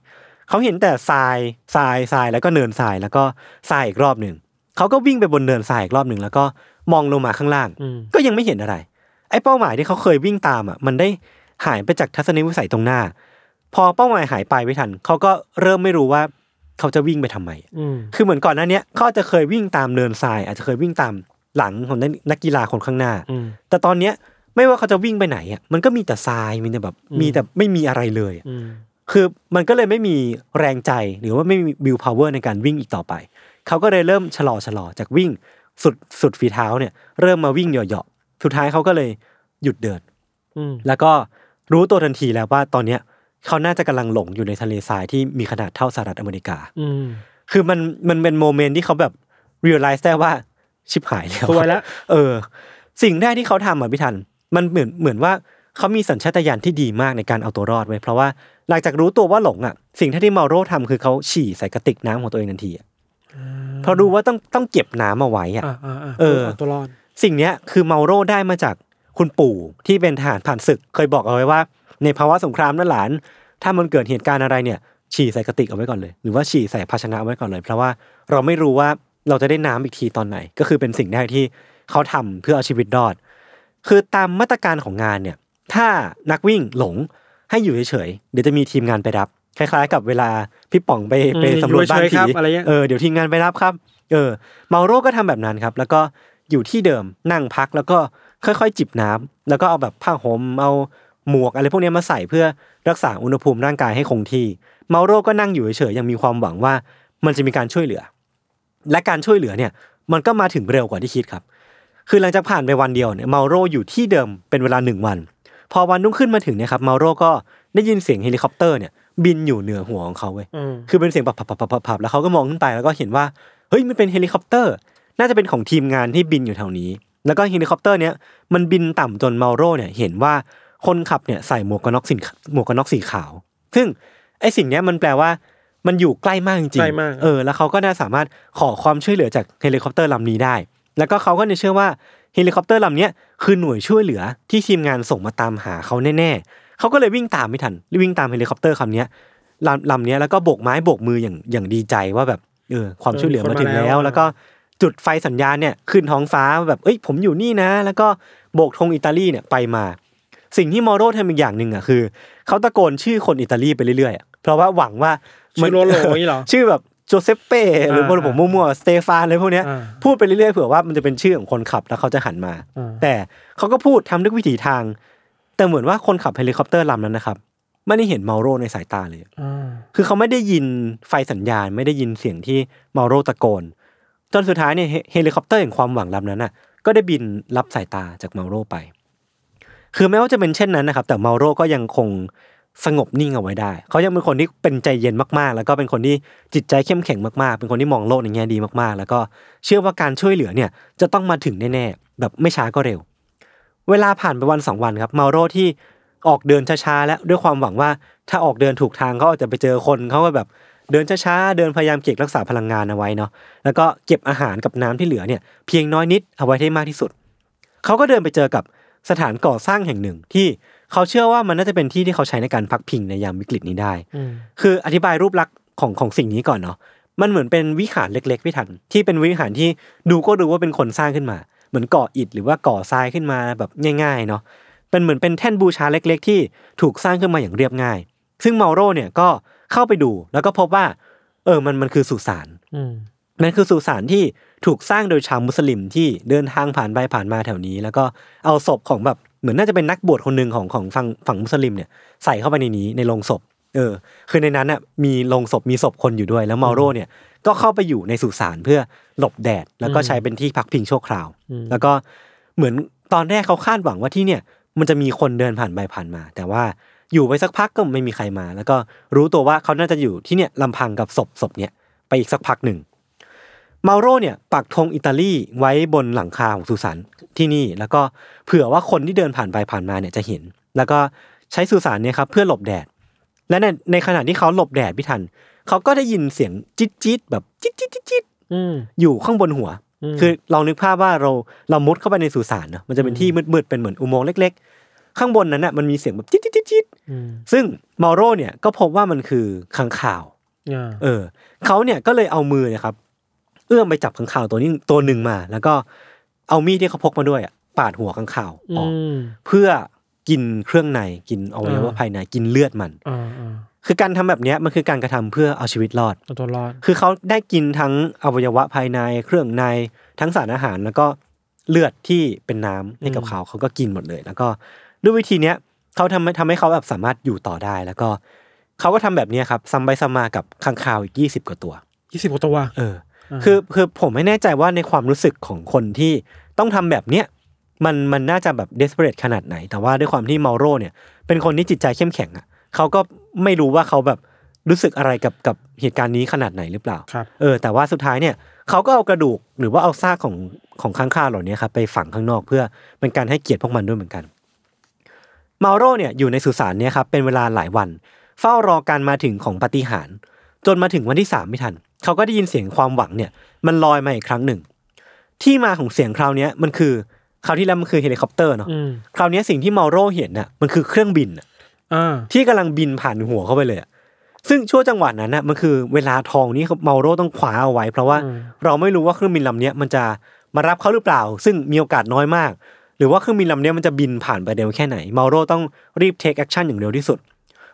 B: เขาเห็นแต่ทรายทรายทรายแล้วก็เนินทรายแล้วก็ทรายอีกรอบหนึ่งเขาก็วิ่งไปบนเนินทรายอีกรอบหนึ่งแล้วก็มองลงมาข้างล่าง
C: ม
B: ก็ยังไม่เห็นอะไร ไอ้เป้าหมายที่เขาเคยวิ่งตามอ่ะมันได้หายไปจากทัศนวิสัยตรงหน้า พอเป้าหมายหายไปไม่ทันเขาก็เริ่มไม่รู้ว่าเขาจะวิ่งไปทำไม
C: อืม
B: คือเหมือนก่อนหน้าเนี้ยเขาอาจจะเคยวิ่งตามเนินทราย อาจจะเคยวิ่งตามหลังของนักกีฬาคนข้างหน้า
C: อืม
B: แต่ตอนเนี้ยไม่ว่าเขาจะวิ่งไปไหนอ่ะมันก็มีแต่ทรายมีแต่แบบมีแต่ไม่มีอะไรเลยอะ
C: อืม
B: คือมันก็เลยไม่มีแรงใจหรือว่าไม่มีวิวพาวเวอร์ในการวิ่งอีกต่อไป เขาก็เลยเริ่มชะลอชะลอจากวิ่งสุดสุดฝีเท้าเนี่ยเริ่มมาวิ่งเหยาะๆสุดท้ายเขาก็เลยหยุดเดิน
C: อืม
B: แล้วก็รู้ตัวทันทีแล้วว่าตอนเนี้ยเขาน่าจะกำลังหลงอยู่ในทะเลทรายที่มีขนาดเท่าสหรัฐอเมริกา
C: อืม
B: คือมันมันเป็นโมเมนต์ที่เขาแบบเรียลไลซ์ได้ว่าชิบหายแล้ว
C: สวยแล้ว
B: เออ สิ่งแรกที่เขาทำอ่ะพี่ทัน มันเหมือนเหมือนว่าเขามีสัญชาตญาณที่ดีมากในการเอาตัวรอดไว้ยเพราะว่าหลังจากรู้ตัวว่าหลงอ่ะ สิ่งที่ที่เมาโร่ทำคือเขาฉี่ใส่กระติกน้ำของตัวเองทันทีอ่ะเพราะรู้ว่าต้องต้องเก็บน้ำเอาไว้อ่ะ
C: อ่าอ่าอ่า
B: เออ
C: าตัวรอด
B: สิ่งเนี้ยคือเมาโร่ได้มาจากคุณปู่ที่เป็นทหารผ่านศึกเคยบอกเอาไว้ว่า ในภาวะสงครามนะหลาน ถ้ามันเกิดเหตุการณ์อะไรเนี่ย ฉี่ใส่กระติกเอาไว้ก่อนเลย หรือว่าฉี่ใส่ภาชนะเอาไว้ก่อนเลย เพราะว่าเราไม่รู้ว่าเราจะได้น้ำอีกทีตอนไหน ก็คือเป็นสิ่งแรกที่เขาทำเพื่อเอาชีวิตรอด คือตามมาตรการของงานเนี่ย ถ้านักวิ่งหลงให้อยู่เฉยๆเดี๋ยวจะมีทีมงานไปรับ คล้ายๆ กับเวลาพี่ป๋องไปไปสำรวจบ้าน
C: อยู่เฉยๆ
B: ผี
C: คบอะไรเงี้ย
B: เออเดี๋ยวทีมงานไปรับครับ เออเมาโร่ก็ทำแบบนั้นครับ แล้วก็อยู่ที่เดิมนั่งพักแล้วก็ค่อยๆ จิบน้ำแล้วก็เอาแบบผ้าห่มเอาหมวกอะไรพวกเนี้ยมาใส่เพื่อรักษาอุณหภูมิร่างกายให้คงที่ เมาโร่ก็นั่งอยู่เฉยๆยังมีความหวังว่ามันจะมีการช่วยเหลือ และการช่วยเหลือเนี่ย มันก็มาถึงเร็วกว่าที่คิดครับ คือหลังจากผ่านไปวันเดียวเนี่ยเมาโร่อยู่ที่เดิมเป็นเวลาหนึ่งวัน พอวันรุ่งขึ้นมาถึงเนี่ยครับเมาโร่ก็ได้ยินเสียงเฮลิคอปเตอร์เนี่ยบินอยู่เหนือหัวของเขาเว้ย
C: อืม
B: คือเป็นเสียงแบบผับๆๆๆแล้วเขาก็มองขึ้นไปแล้วก็เห็นว่าเฮ้ยมันเป็นเฮลิคอปเตอร์ น่าจะเป็นของทีมงานที่บินอยู่แถวนี้ แล้วก็เฮลิคอปเตอร์เนี้ยมันบินต่ำจนเมาโร่เนี่ยเห็นว่าคนขับเนี่ยใส่หมวกกันน็อกสีหมวกกันน็อกสีขาว ซึ่งไอ้สิ่งเนี้ยมันแปลว่ามันอยู่ใกล้มากจริงๆ
C: ใกล้มาก
B: เออแล้วเขาก็น่าสามารถขอความช่วยเหลือจากเฮลิคอปเตอร์ลำนี้ได้ แล้วก็เขาก็เนี่ยเชื่อว่าเฮลิคอปเตอร์ลำเนี้ยคือหน่วยช่วยเหลือที่ทีมงานส่งมาตามหาเขาแน่ๆเขาก็เลยวิ่งตามไม่ทันวิ่งตามเฮลิคอปเตอร์คำเนี้ยลำลำเนี้ยแล้วก็โบกไม้โบกมืออย่างอย่างดีใจว่าแบบเออความช่วยเหลือมาถึง
C: เออคนมาแล้
B: แล้ว ว แล้วก็จุดไฟสัญญาณเนี่ยขึ้นท้องฟ้าแบบเอ้ยผมอยู่นี่นะ แล้วก็โบกธงอิตาลีเนี่ยไปมา สิ่งที่มอโรทำอีกอย่างหนึ่งอ่ะคือเขาตะโกนชื่อคนอิตาลีไปเรื่อยๆอะเพราะว่าหวังว่า
C: ชื่อโลโลอย่างนี้เหรอ
B: ชื่อแบบโจเซปเป้หรือ
C: อ่า
B: บนผมมั่วๆสเตฟานอะไรพวกเนี้ย
C: อ่า
B: พูดไปเรื่อยๆเผื่อว่ามันจะเป็นชื่อของคนขับแล้วเขาจะหันมา
C: อ่า
B: แต่เขาก็พูดทำด้วยวิถีทาง แต่เหมือนว่าคนขับเฮลิคอปเตอร์ลำนั้นนะครับไม่ได้เห็นเมาโรในสายตาเลย
C: อ่า
B: คือเขาไม่ได้ยินไฟสัญญาณ ไม่ได้ยินเสียงที่เมาโรตะโกน จนสุดท้ายเนี่ยเฮเฮลิคอปเตอร์แห่งความหวังลำนั้นน่ะก็ได้บินรับสายตาจากเมาโรไป คือแม้ว่าจะเป็นเช่นนั้นนะครับ แต่เมาโรก็ยังคง สงบนิ่งเอาไว้ได้ เขายังเป็นคนที่เป็นใจเย็นมากๆ แล้วก็เป็นคนที่จิตใจเข้มแข็งมากๆ เป็นคนที่มองโลกในแง่ดีมากๆ แล้วก็เชื่อว่าการช่วยเหลือเนี่ยจะต้องมาถึงแน่ๆ แบบไม่ช้าก็เร็ว เวลาผ่านไปวันสองวันครับเมาโรที่ออกเดินช้าๆและด้วยความหวังว่าถ้าออกเดินถูกทางเขาอาจจะไปเจอคนเขาก็แบบเดินช้าๆเดินพยายามเก็บรักษาพลังงานเอาไว้เนาะแล้วก็เก็บอาหารกับน้ำที่เหลือเนี่ยเพียงน้อยนิดเอาไว้ให้มากที่สุด เขาก็เดินไปเจอกับสถานก่อสร้างแห่งหนึ่งที่เขาเชื่อว่ามันน่าจะเป็นที่ที่เขาใช้ในการพักพิงในยามวิกฤตนี้ได้ คืออธิบายรูปลักษณ์ของของสิ่งนี้ก่อนเนาะ มันเหมือนเป็นวิหารเล็กๆพี่ทันที่เป็นวิหารที่ดูก็ดูว่าเป็นคนสร้างขึ้นมา เหมือนก่ออิฐหรือว่าก่อทรายขึ้นมาแบบง่าย ๆ เนาะ เป็นเหมือนเป็นแท่นบูชาเล็ก ๆ ที่ถูกสร้างขึ้นมาอย่างเรียบง่าย ซึ่งเมาโรเนี่ยก็เข้าไปดูแล้วก็พบว่า เออ มันมันคือสุสาน
C: อืม
B: นั่นคือสุสานที่ถูกสร้างโดยชาวมุสลิมที่เดินทางผ่านไปผ่านมาแถวนี้ แล้วก็เอาศพของแบบเหมือนน่าจะเป็นนักบวชคนหนึ่งของของฝั่งฝั่งมุสลิมเนี่ยใส่เข้าไปในนี้ในโลงศพ เออ คือในนั้นน่ะมีโลงศพมีศพคนอยู่ด้วย แล้วเมาโรเนี่ยก็เข้าไปอยู่ในสุสานเพื่อหลบแดด แล้วก็ใช้เป็นที่พักพิงชั่วคราว แล้วก็เหมือนตอนแรกเขาคาดหวังว่าที่เนี่ยมันจะมีคนเดินผ่านไปผ่านมา แต่ว่าอยู่ไปสักพักก็ไม่มีใครมา แล้วก็รู้ตัวว่าเขาน่าจะอยู่ที่เนี่ยลำพังกับศพศพเนี่ยไปอีกสักพักหนึ่ง เมาโรเนี่ยปักธงอิตาลีไว้บนหลังคาของสุสานที่นี่ แล้วก็เผื่อว่าคนที่เดินผ่านไปผ่านมาเนี่ยจะเห็น แล้วก็ใช้สุสานเนี่ยครับเพื่อหลบแดด และในในขณะที่เขาหลบแดดพี่ทันเขาก็ได้ยินเสียงจิ๊ดจิ๊ดแบบจิ๊ดจิ๊ดจิ๊ดจิ๊ด
C: อืม
B: อยู่ข้างบนหัว คือลองนึกภาพว่าเราเรามุดเข้าไปในสุสานเนอะมันจะเป็นที่มืดๆเป็นเหมือนอุโมงค์เล็ก ๆ ข้างบนนั้นน่ะมันมีเสียงแบบจิ๊ดจิ๊ดจิ๊ดจิ๊ด
C: อืม
B: ซึ่งเมาโรเนี่ยก็พบว่ามันคือขังข่าว
C: อ่า
B: เออเขาเนี่ยก็เลยเอามือเนะครับ เอื้อมไปจับขังข่าวตัวนี้ตัวหนึ่งมา แล้วก็เอามีดที่เขาพกมาด้วยอะปาดหัวขังข่าวออก
C: อืม
B: เพื่อกินเครื่องในกินอวัยวะภายในกินเลือดมัน
C: อ่าอ่า
B: คือการทำแบบเนี้ยมันคือการกระทำเพื่อเอาชีวิตรอด
C: เอาตัวรอด
B: คือเขาได้กินทั้งอวัยวะภายในเครื่องในทั้งสารอาหารแล้วก็เลือดที่เป็นน้ำให้กับเขาเขาก็กินหมดเลย แล้วก็ด้วยวิธีเนี้ยเขาทำให้ทำให้เขาแบบสามารถอยู่ต่อได้แล้วก็เขาก็ทำแบบเนี้ยครับซ้ำไปซ้ำมากับข้างคาวอีกยี่สิบกว่าตัว
C: ยี่สิบกว่าตัว
B: เออคือคือผมไม่แน่ใจว่าในความรู้สึกของคนที่ต้องทำแบบเนี้ยมันมันน่าจะแบบ desperate ขนาดไหน แต่ว่าด้วยความที่เมาโรเนี่ย เป็นคนที่จิตใจเข้มแข็งอ่ะเขาก็ไม่รู้ว่าเขาแบบรู้สึกอะไรกับกับเหตุการณ์นี้ขนาดไหนหรือเปล่า
C: ครับ
B: เออแต่ว่าสุดท้ายเนี่ยเขาก็เอากระดูกหรือว่าเอาซากของของข้างคาวเหล่านี้ครับไปฝังข้างนอกเพื่อเป็นการให้เกียรติพวกมันด้วยเหมือนกัน เมาโรเนี่ยอยู่ในสุสานเนี่ยครับเป็นเวลาหลายวัน เฝ้ารอการมาถึงของปาฏิหารย์จนมาถึงวันที่สามไม่ทัน เขาก็ได้ยินเสียงความหวังเนี่ย มันลอยมาอีกครั้งหนึ่ง ที่มาของเสียงคราวเนี้ยมันคือคราวที่แล้วมันคือเฮลิคอปเตอร์เนาะ
C: อืม
B: คราวเนี้ยสิ่งที่เมาโรเห็นน่ะมันคือเครื่องบินน่ะ
C: อ่า
B: ที่กำลังบินผ่านหัวเข้าไปเลยอะซึ่งช่วงจังหวะนั้นน่ะมันคือเวลาทองนี่เมาโรต้องคว้าเอาไว้ เพราะว่าเราไม่รู้ว่าเครื่องบินลำเนี้ยมันจะมารับเขาหรือเปล่า ซึ่งมีโอกาสน้อยมาก หรือว่าเครื่องบินลำเนี้ยมันจะบินผ่านไปเร็วแค่ไหนเมาโรต้องรีบเทคแอคชั่นอย่างเร็วที่สุด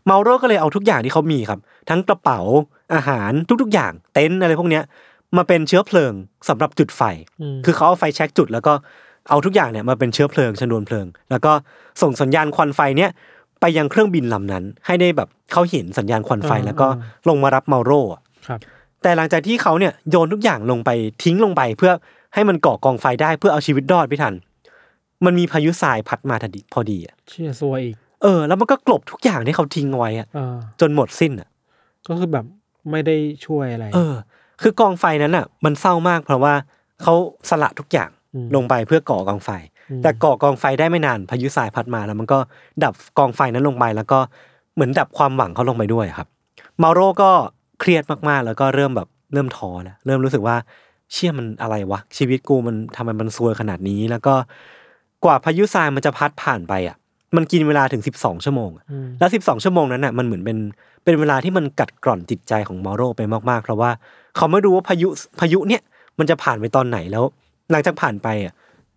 B: เมาโรก็เลยเอาทุกอย่างที่เขามีครับ ทั้งกระเป๋าอาหารทุกๆ อย่างเต็นท์อะไรพวกเนี้ยมาเป็นเชื้อเพลิงสำหรับจุดไฟ คือเขาเอาไฟแช็กจุด แล้วก็เอาทุกอย่างเนี่ยมาเป็นเชื้อเพลิงชนวนเพลิง แล้วก็ส่งสัญญาณควันไฟเนี่ยไปยังเครื่องบินลำนั้น ให้ได้แบบเขาเห็นสัญญาณควันไฟแล้วก็ลงมารับเมาโรอะ
C: ครับ
B: แต่หลังจากที่เขาเนี่ยโยนทุกอย่างลงไปทิ้งลงไปเพื่อให้มันก่อกองไฟได้เพื่อเอาชีวิตรอดพี่ทัน มันมีพายุทรายพัดมาทันทีพอดีอะ
C: เชี่ยซวยอีก
B: เออแล้วมันก็กลบทุกอย่างที่เขาทิ้งเอาไว้อะ
C: อ่า
B: จนหมดสิ้นอะ
C: ก็คือแบบไม่ได้ช่วยอะไร
B: เออ คือกองไฟนั้นอ่ะ มันเศร้ามากเพราะว่าเขาสละทุกอย่างลงไปเพื่อก่อกองไฟ แต่ก่อกองไฟได้ไม่นานพายุทรายพัดมาแล้วมันก็ดับกองไฟนั้นลงไปแล้วก็เหมือนดับความหวังเขาลงไปด้วยครับ เมาโรก็เครียดมากๆ แล้วก็เริ่มแบบเริ่มท้อแล้วเริ่มรู้สึกว่าเชี่ยมันอะไรวะ ชีวิตกูมันทำไมมันซวยขนาดนี้ แล้วก็กว่าพายุทรายมันจะพัดผ่านไปอ่ะ มันกินเวลาถึง 12 ชั่วโมงอะแล้ว 12 ชั่วโมงนั้นน่ะมันเหมือนเป็นเป็นเวลาที่มันกัดกร่อนจิตใจของเมาโรไปมากๆ เพราะว่าเขาไม่รู้ว่าพายุพายุเนี่ยมันจะผ่านไปตอนไหนแล้ว หลังจากผ่านไปอ่ะ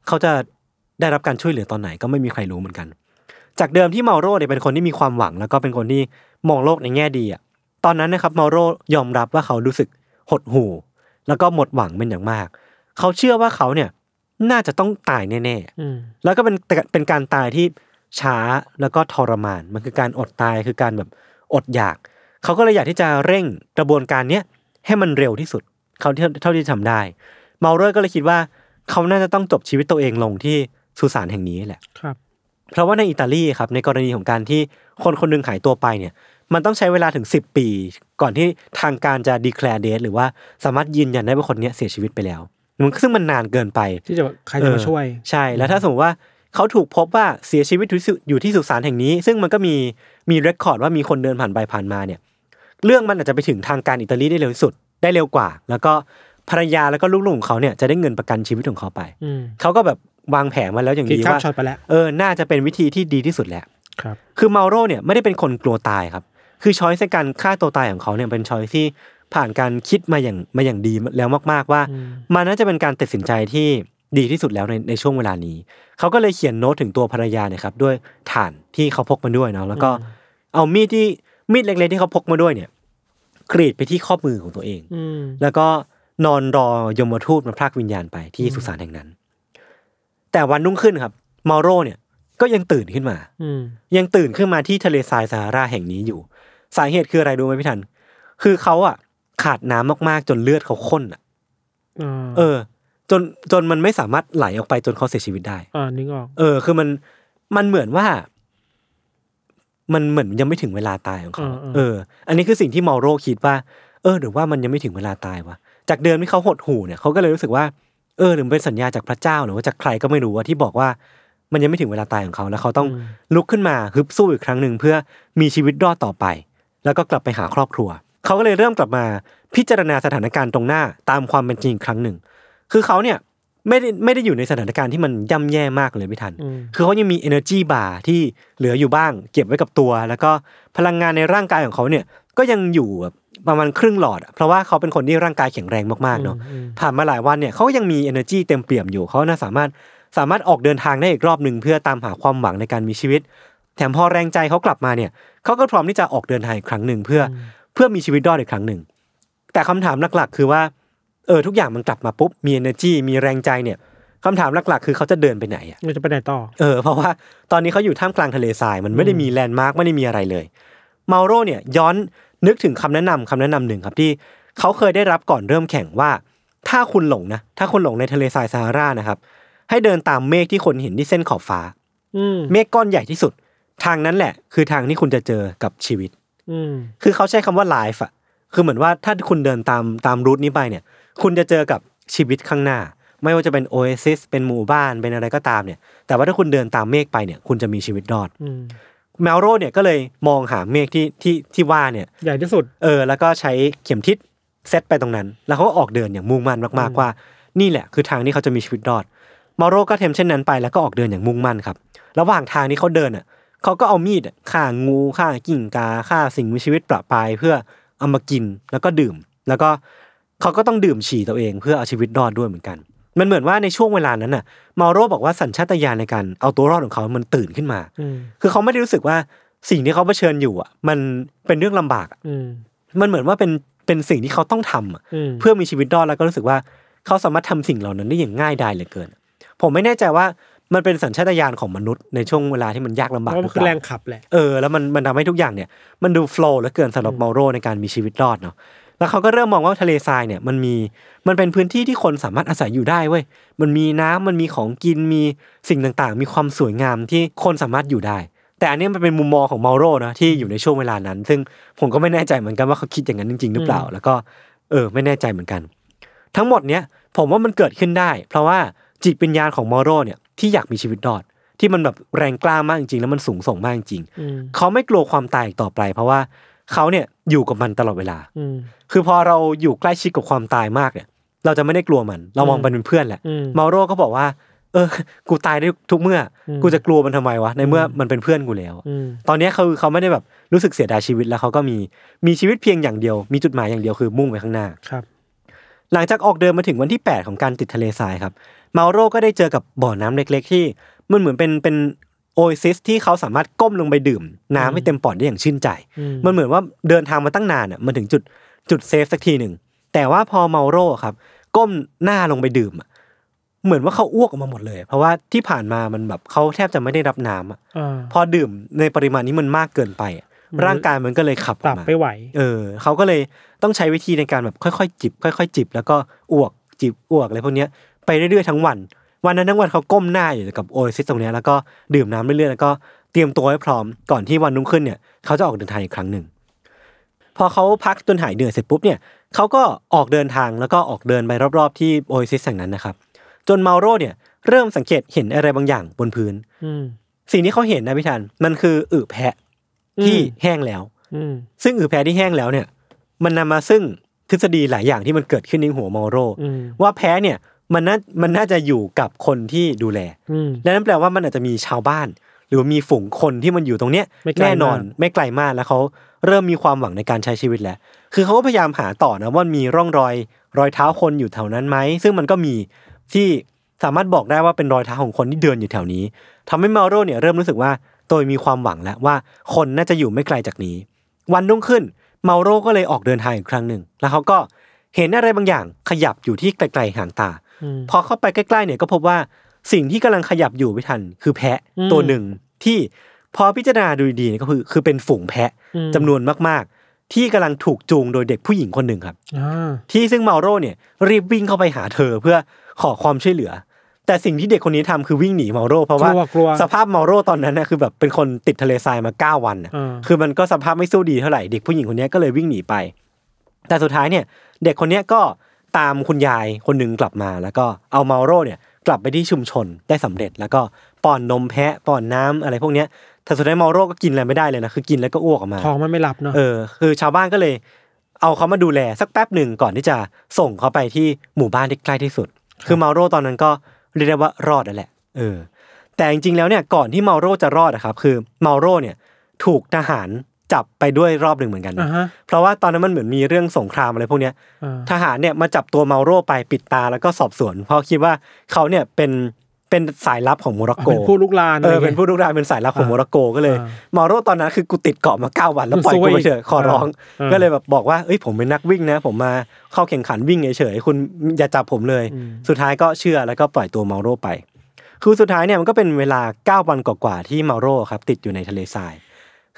B: เขาจะได้รับการช่วยเหลือตอนไหนก็ไม่มีใครรู้เหมือนกัน จากเดิมที่เมาโรเนี่ยเป็นคนที่มีความหวัง แล้วก็เป็นคนที่มองโลกในแง่ดีอ่ะตอนนั้นนะครับเมาโรยอมรับว่าเขารู้สึกหดหู่ แล้วก็หมดหวังเป็นอย่างมาก เขาเชื่อว่าเขาเนี่ยน่าจะต้องตายแน่ๆ
C: อืม
B: แล้วก็เป็นเป็นการตายที่ช้าแล้วก็ทรมาน มันคือการอดตายคือการแบบอดอยาก เขาก็เลยอยากที่จะเร่งกระบวนการเนี้ยให้มันเร็วที่สุด เขาเท่าเท่าที่ทำได้ เมาเรอร์ก็เลยคิดว่า เขาน่าจะต้องจบชีวิตตัวเองลงที่สุสานแห่งนี้แหละ
C: ครับ
B: เพราะว่าในอิตาลีครับในกรณีของการที่คนคนหนึงหายตัวไปเนี่ย มันต้องใช้เวลาถึง 10 ปี ก่อนที่ทางการจะดีแคลร์เด e หรือว่าสามารถยืนยันได้ว่าคนเนี้ยเสียชีวิตไปแล้วมันซึ่งมันนานเกินไป
C: ที่จะแบบใครจะมาช่วย
B: เออใช่ แล้วถ้าสมมติว่าเขาถูกพบว่าเสียชีวิตอยู่ที่สุอยู่ที่สุสานแห่งนี้ ซึ่งมันก็มีมีเรคคอร์ดว่ามีคนเดินผ่านไปผ่านมาเนี่ย เรื่องมันอาจจะไปถึงทางการอิตาลีได้เร็วที่สุด ได้เร็วกว่า แล้วก็ภรรยาแล้วก็ลูกๆของเขาเนี่ยจะได้เงินประกันชีวิตของเขาไป
C: อืม
B: เขาก็แบบวางแผนมาแล้วอย่าง
C: คิด
B: ดี
C: ข้าม
B: ว่า
C: ช็อตไปแล้ว
B: เออน่าจะเป็นวิธีที่ดีที่สุดแหละ
C: ครับ
B: คือเมาโรเนี่ยไม่ได้เป็นคนกลัวตายครับ คือช้อยส์ในการฆ่าตัวตายของเขาเนี่ยเป็นช้อยที่ผ่านการคิดมาอย่างมาอย่างดีแล้วมากๆว่า มันน่าจะเป็นการตัดสินใจที่ดีที่สุดแล้วในในช่วงเวลานี้ เขาก็เลยเขียนโน้ตถึงตัวภรรยาเนี่ยครับด้วยฐานที่เขาพกมาด้วยเนาะแล้วก็เอามีดที่มีดเล็กๆที่เขาพกมาด้วยเนี่ยกรีดไปที่ข้อมือของตัวเอง
C: อืม
B: แล้วก็นอนรอยมทูตมาพรากวิญญาณไปที่สุสานแห่งนั้น แต่วันรุ่งขึ้นครับเมาโรเนี่ยก็ยังตื่นขึ้นมา
C: อืม
B: ยังตื่นขึ้นมาที่ทะเลทรายซาฮาราแห่งนี้อยู่ สาเหตุคืออะไรรู้ไหมพี่ทัน คือเขาอ่ะขาดน้ำมากๆจนเลือดเขาข้นอ่ะ
C: อ่า
B: เออ จนจนมันไม่สามารถไหลออกไปจนเขาเสียชีวิตได้
C: อ่านึกออก
B: เออ คือมันมันเหมือนว่า มันเหมือนยังไม่ถึงเวลาตายของเขา
C: อ่าอ่า
B: เออ อันนี้คือสิ่งที่เมาโรคิดว่า เออ หรือว่ามันยังไม่ถึงเวลาตายวะจากเดิมที่เขาหดหู่เนี่ยเขาก็เลยรู้สึกว่าเออหรือมันเป็นสัญญาจากพระเจ้าหรือว่าจากใครก็ไม่รู้ว่าที่บอกว่า มันยังไม่ถึงเวลาตายของเขาแล้วเขาต้องลุกขึ้นมาฮึบสู้อีกครั้งหนึ่งเพื่อมีชีวิตรอดต่อไป แล้วก็กลับไปหาครอบครัว เขาก็เลยเริ่มกลับมาพิจารณาสถานการณ์ตรงหน้าตามความเป็นจริงอีกครั้งหนึ่ง คือเขาเนี่ยไม่ได้ไม่ได้อยู่ในสถานการณ์ที่มันย่ำแย่มากเลยพี่ทัน
C: อืม
B: คือเขายังมี energy bar ที่เหลืออยู่บ้าง เก็บไว้กับตัว แล้วก็พลังงานในร่างกายของเขาเนี่ยก็ยังอยู่แบบประมาณครึ่งหลอดอะเพราะว่าเขาเป็นคนที่ร่างกายแข็งแรงมากๆเนาะผ่านมาหลายวันเนี่ยเขาก็ยังมี energy เต็มเปี่ยมอยู่เขาน่าสามารถสามารถออกเดินทางได้อีกรอบหนึ่งเพื่อตามหาความหวังในการมีชีวิต แถมพอแรงใจเขากลับมาเนี่ยเขาก็พร้อมที่จะออกเดินทางอีกครั้งหนึ่งเพื่ออเพื่อมีชีวิตรอดอีกครั้งหนึ่ง แต่คำถามหลักๆ คือว่า เออทุกอย่างมันกลับมาปุ๊บมี energy มีแรงใจเนี่ยคำถามหลักๆ คือเขาจะเดินไปไหนอะ
C: เราจะไปไหนต่อ
B: เออเพราะว่าตอนนี้เขาอยู่ท่ามกลางทะเลทรายมันไม่ได้มีแลนด์มาร์กไม่ได้มีอะไรเลย เมาโรเนี่ยย้อนนึกถึงคำแนะนำคำแนะนำหนึ่งครับที่เขาเคยได้รับก่อนเริ่มแข่งว่า ถ้าคุณหลงนะ ถ้าคุณหลงในทะเลทรายซาฮารานะครับ ให้เดินตามเมฆที่คนเห็นที่เส้นขอบฟ้า
C: อืม
B: เมฆก้อนใหญ่ที่สุด ทางนั้นแหละ คือทางที่คุณจะเจอกับชีวิต
C: อืม
B: คือเขาใช้คำว่า life อะคือเหมือนว่าถ้าคุณเดินตามตามรูทนี้ไปเนี่ย คุณจะเจอกับชีวิตข้างหน้า ไม่ว่าจะเป็นโอเอซิส เป็นหมู่บ้าน เป็นอะไรก็ตามเนี่ย แต่ว่าถ้าคุณเดินตามเมฆไปเนี่ย คุณจะมีชีวิตรอด
C: อืม
B: แมวโรเนี่ยก็เลยมองหาเมฆที่ที่ที่ว่าเนี่ย
C: ใหญ่ที่สุด
B: เออ แล้วก็ใช้เข็มทิศเซตไปตรงนั้น แล้วเขาก็ออกเดินอย่างมุ่งมั่นมากๆว่า นี่แหละคือทางที่เขาจะมีชีวิตรอด มาโรก็เทมเช่นนั้นไปแล้วก็ออกเดินอย่างมุ่งมั่นครับ ระหว่างทางที่เขาเดินอ่ะเขาก็เอามีดอะฆ่างูฆ่ากิ่งกาฆ่าสิ่งมีชีวิตประปรายเพื่อเอามากินแล้วก็ดื่ม แล้วก็เขาก็ต้องดื่มฉี่ตัวเองเพื่อเอาชีวิตรอดด้วยเหมือนกัน มันเหมือนว่าในช่วงเวลานั้นน่ะ มาโรบอกว่าสัญชาตญาณในการเอาตัวรอดของเขา มันตื่นขึ้นมา
C: อืม
B: คือเขาไม่ได้รู้สึกว่าสิ่งที่เขาเผชิญอยู่อ่ะ มันเป็นเรื่องลำบากอะ
C: อืม
B: มันเหมือนว่าเป็นเป็นสิ่งที่เขาต้องทำอะ
C: อืม
B: เพื่อมีชีวิตรอดแล้วก็รู้สึกว่าเขาสามารถทำสิ่งเหล่านั้นได้อย่างง่ายดายเหลือเกิน ผมไม่แน่ใจว่ามันเป็นสัญชาตญาณของมนุษย์ในช่วงเวลาที่มันยากลำบาก
C: เพราะ
B: ห
C: มั
B: รือเป
C: นคือแร
B: ล่าง
C: ขับแหละ
B: เออแล้วมันมันทำให้ทุกอย่างเนี่ยมันดูโฟล์เหลือเกินสำหรับเมาโรในการมีชีวิตรอดเนาะแล้วเขาก็เริ่มมองว่าทะเลทรายเนี่ยมันมีมันเป็นพื้นที่ที่คนสามารถอาศัยอยู่ได้เว้ยมันมีน้ำมันมีของกินมีสิ่งต่างๆ มีความสวยงามที่คนสามารถอยู่ได้ แต่อันเนี้ยมันเป็นมุมมองของเมาโรนะที่อยู่ในช่วงเวลานั้น ซึ่งผมก็ไม่แน่ใจเหมือนกันว่าเขาคิดอย่างนั้นจริง ๆ หรือเปล่า แล้วก็เออไม่แน่ใจเหมือนกัน ทั้งหมดเนี้ยผมว่ามันเกิดขึ้นได้ เพราะว่าจิตวิญญาณของเมาโรเนี่ยที่อยากมีชีวิตรอด ที่มันแบบแรงกล้ามากจริงๆ แล้วมันสูงส่งมากจริงๆ
C: อืม
B: เขาไม่กลัวความตายอีกต่อไป เพราะว่าเขาเนี่ยอยู่กับมันตลอดเวลา
C: อืม
B: คือพอเราอยู่ใกล้ชิดกับความตายมากเนี่ย เราจะไม่ได้กลัวมัน เรามองมันเป็นเพื่อนแหละ
C: อืม
B: เมาโรก็บอกว่า เออ กูตายได้ทุกเมื่ออ
C: ม
B: กูจะกลัวมันทำไมวะในเมื่อมันเป็นเพื่อนกูแล้ว
C: อืม
B: ตอนเนี้ยเขาเขาไม่ได้แบบรู้สึกเสียดายชีวิตแล้วเขาก็มีมีชีวิตเพียงอย่างเดียว มีจุดหมายอย่างเดียวคือมุ่งไปข้างหน้า
C: ครับ
B: หลังจากออกเดินมาถึงวันที่ 8 ของการติดทะเลทรายครับ เมาโรก็ได้เจอกับบ่อน้ำเล็ก ๆ ที่มันเหมือนเป็นเป็นโอเอซิสที่เขาสามารถก้มลงไปดื่ม น้ำให้เต็มปอดได้อย่างชื่นใจ มันเหมือนว่าเดินทางมาตั้งนานอ่ะมันถึงจุดจุดเซฟสักทีหนึ่ง แต่ว่าพอเมาโรครับ ก้มหน้าลงไปดื่มอะเหมือนว่าเขาอ้วกออกมาหมดเลย เพราะว่าที่ผ่านมามันแบบเขาแทบจะไม่ได้รับน้ำอะ
C: อ่า
B: พอดื่มในปริมาณนี้มันมากเกินไปอะร่างกายมันก็เลยขับออ
C: ปรับ
B: กมา
C: ไม่ไหว
B: เออเขาก็เลยต้องใช้วิธีในการแบบค่อยๆ จิบ ค่อย ๆ จิบ แล้วก็อ้วกจิบอ้วกอะไรพวกเนี้ยไปเรื่อยๆทั้งวัน วันนั้นทั้งวันเขาก้มหน้าอยู่กับโอเอซิสตรงเนี้ยแล้วก็ดื่มน้ำเรื่อยๆแล้วก็เตรียมตัวให้พร้อมก่อนที่วันรุ่งขึ้นเนี่ยเขาจะออกเดินทางอีกครั้งหนึ่ง พอเขาพักจนหายเหนื่อยเสร็จปุ๊บเนี่ยเขาก็ออกเดินทางแล้วก็ออกเดินไปรอบๆที่โอเอซิสแห่งนั้นนะครับ จนเมาโรเนี่ยเริ่มสังเกตเห็นอะไรบางอย่างบนพื้น
C: อืม
B: สิ่งที่เขาเห็นนะพี่ชันมันคืออึแพะที่
C: อืม
B: แห้งแล้ว
C: อืม
B: ซึ่งอือแพที่แห้งแล้วเนี่ย มันนำมาซึ่งทฤษฎีหลายอย่างที่มันเกิดขึ้นในหัวเมาโร
C: อืม
B: ว่าแพ้เนี่ยมันน่ามันน่าจะอยู่กับคนที่ดูแล
C: อืม
B: และนั่นแปลว่ามันอาจจะมีชาวบ้าน หรือมีฝูงคนที่มันอยู่ตรงเนี้ย
C: ไม่ไกลมาก
B: แน่นอนไม่ไกลมากแล้วเขาเริ่มมีความหวังในการใช้ชีวิตแล้ว คือเขาก็พยายามหาต่อนะว่ามีร่องรอยรอยเท้าคนอยู่แถวนั้นไหมซึ่งมันก็มีที่สามารถบอกได้ว่าเป็นรอยเท้าของคนที่เดินอยู่แถวนี้ทำให้เมาโรเนี่ยเริ่มรู้สึกว่าตัวเองมีความหวังแล้วว่าคนน่าจะอยู่ไม่ไกลจากนี้ วันรุ่งขึ้นเมาโรก็เลยออกเดินทางอีกครั้งหนึ่ง แล้วเขาก็เห็นอะไรบางอย่างขยับอยู่ที่ไกลๆห่างตา พอเข้าไปใกล้ๆเนี่ยก็พบว่าสิ่งที่กำลังขยับอยู่ไม่ทัน คือแพะ
C: อืม
B: ตัวหนึ่งที่พอพิจารณาดูดีๆเนี่ยก็คือคือเป็นฝูงแพะจำนวนมากๆ ที่กำลังถูกจูงโดยเด็กผู้หญิงคนหนึ่งครับ
C: อ่า
B: ที่ซึ่งเมาโรเนี่ยรีบวิ่งเข้าไปหาเธอเพื่อขอความช่วยเหลือ แต่สิ่งที่เด็กคนนี้ทำคือวิ่งหนีเมาโรเพราะว่า
C: กลัวกลัว
B: สภาพเมาโรตอนนั้นนะคือแบบเป็นคนติดทะเลทรายมาเก้าวันน่ะ
C: อ่า
B: คือมันก็สภาพไม่สู้ดีเท่าไหร่เด็กผู้หญิงคนเนี้ยก็เลยวิ่งหนีไป แต่สุดท้ายเนี่ย เด็กคนเนี้ยก็ตามคุณยายคนหนึ่งกลับมา แล้วก็เอาเมาโรเนี่ยกลับไปที่ชุมชนได้สำเร็จ แล้วก็ป้อนนมแพะป้อนน้ำอะไรพวกเนี้ยแต่สุดท้ายเมาโรก็กินอะไรไม่ได้เลยนะคือกินแล้วก็อ้วกออกมา
C: ท้องมันไม่หลับเนาะ
B: เออคือชาวบ้านก็เลย เอาเขามาดูแลสักแป๊บหนึ่งก่อนที่จะส่งเขาไปที่หมู่บ้านที่ใกล้ที่สุด คือเมาโรตอนนั้นก็เรียกได้ว่ารอดแล้วแหละเออ แต่จริงๆแล้วเนี่ยก่อนที่เมาโรจะรอดอะครับคือเมาโรเนี่ยถูกทหารจับไปด้วยรอบหนึ่งเหมือนกัน
C: อ่า
B: นะ
C: ฮะ
B: เพราะว่าตอนนั้นมันเหมือนมีเรื่องสงครามอะไรพวกเนี้ย
C: อ่า
B: ทหารเนี่ยมาจับตัวเมาโรไปปิดตาแล้วก็สอบสวน เพราะคิดว่าเขาเนี่ยเป็นเป็นสายลับของโมร็อกโก
C: เป็นผู้ลุกลาน
B: เออ
C: อะไรงี้ย
B: เป็นผู้ลุกรานเป็นสายลับของ
C: อ่า
B: โมร็อกโกก็เลย
C: อ่า
B: เมาโรตอนนั้นคือกูติดเกาะมาเก้าวันแล้วปล่อย
C: ซวย
B: กูไปเถอะขอร้อง
C: อ่า
B: ก็เลยแบบบอกว่าเอ้ยผมเป็นนักวิ่งนะ ผมมาเข้าแข่งขันวิ่งเฉยๆคุณอย่าจับผมเลย สุดท้ายก็เชื่อแล้วก็ปล่อยตัวเมาโรไป คือสุดท้ายเนี่ยมันก็เป็นเวลาเก้าวันกว่าๆที่เมาโรครับติดอยู่ในทะเลทราย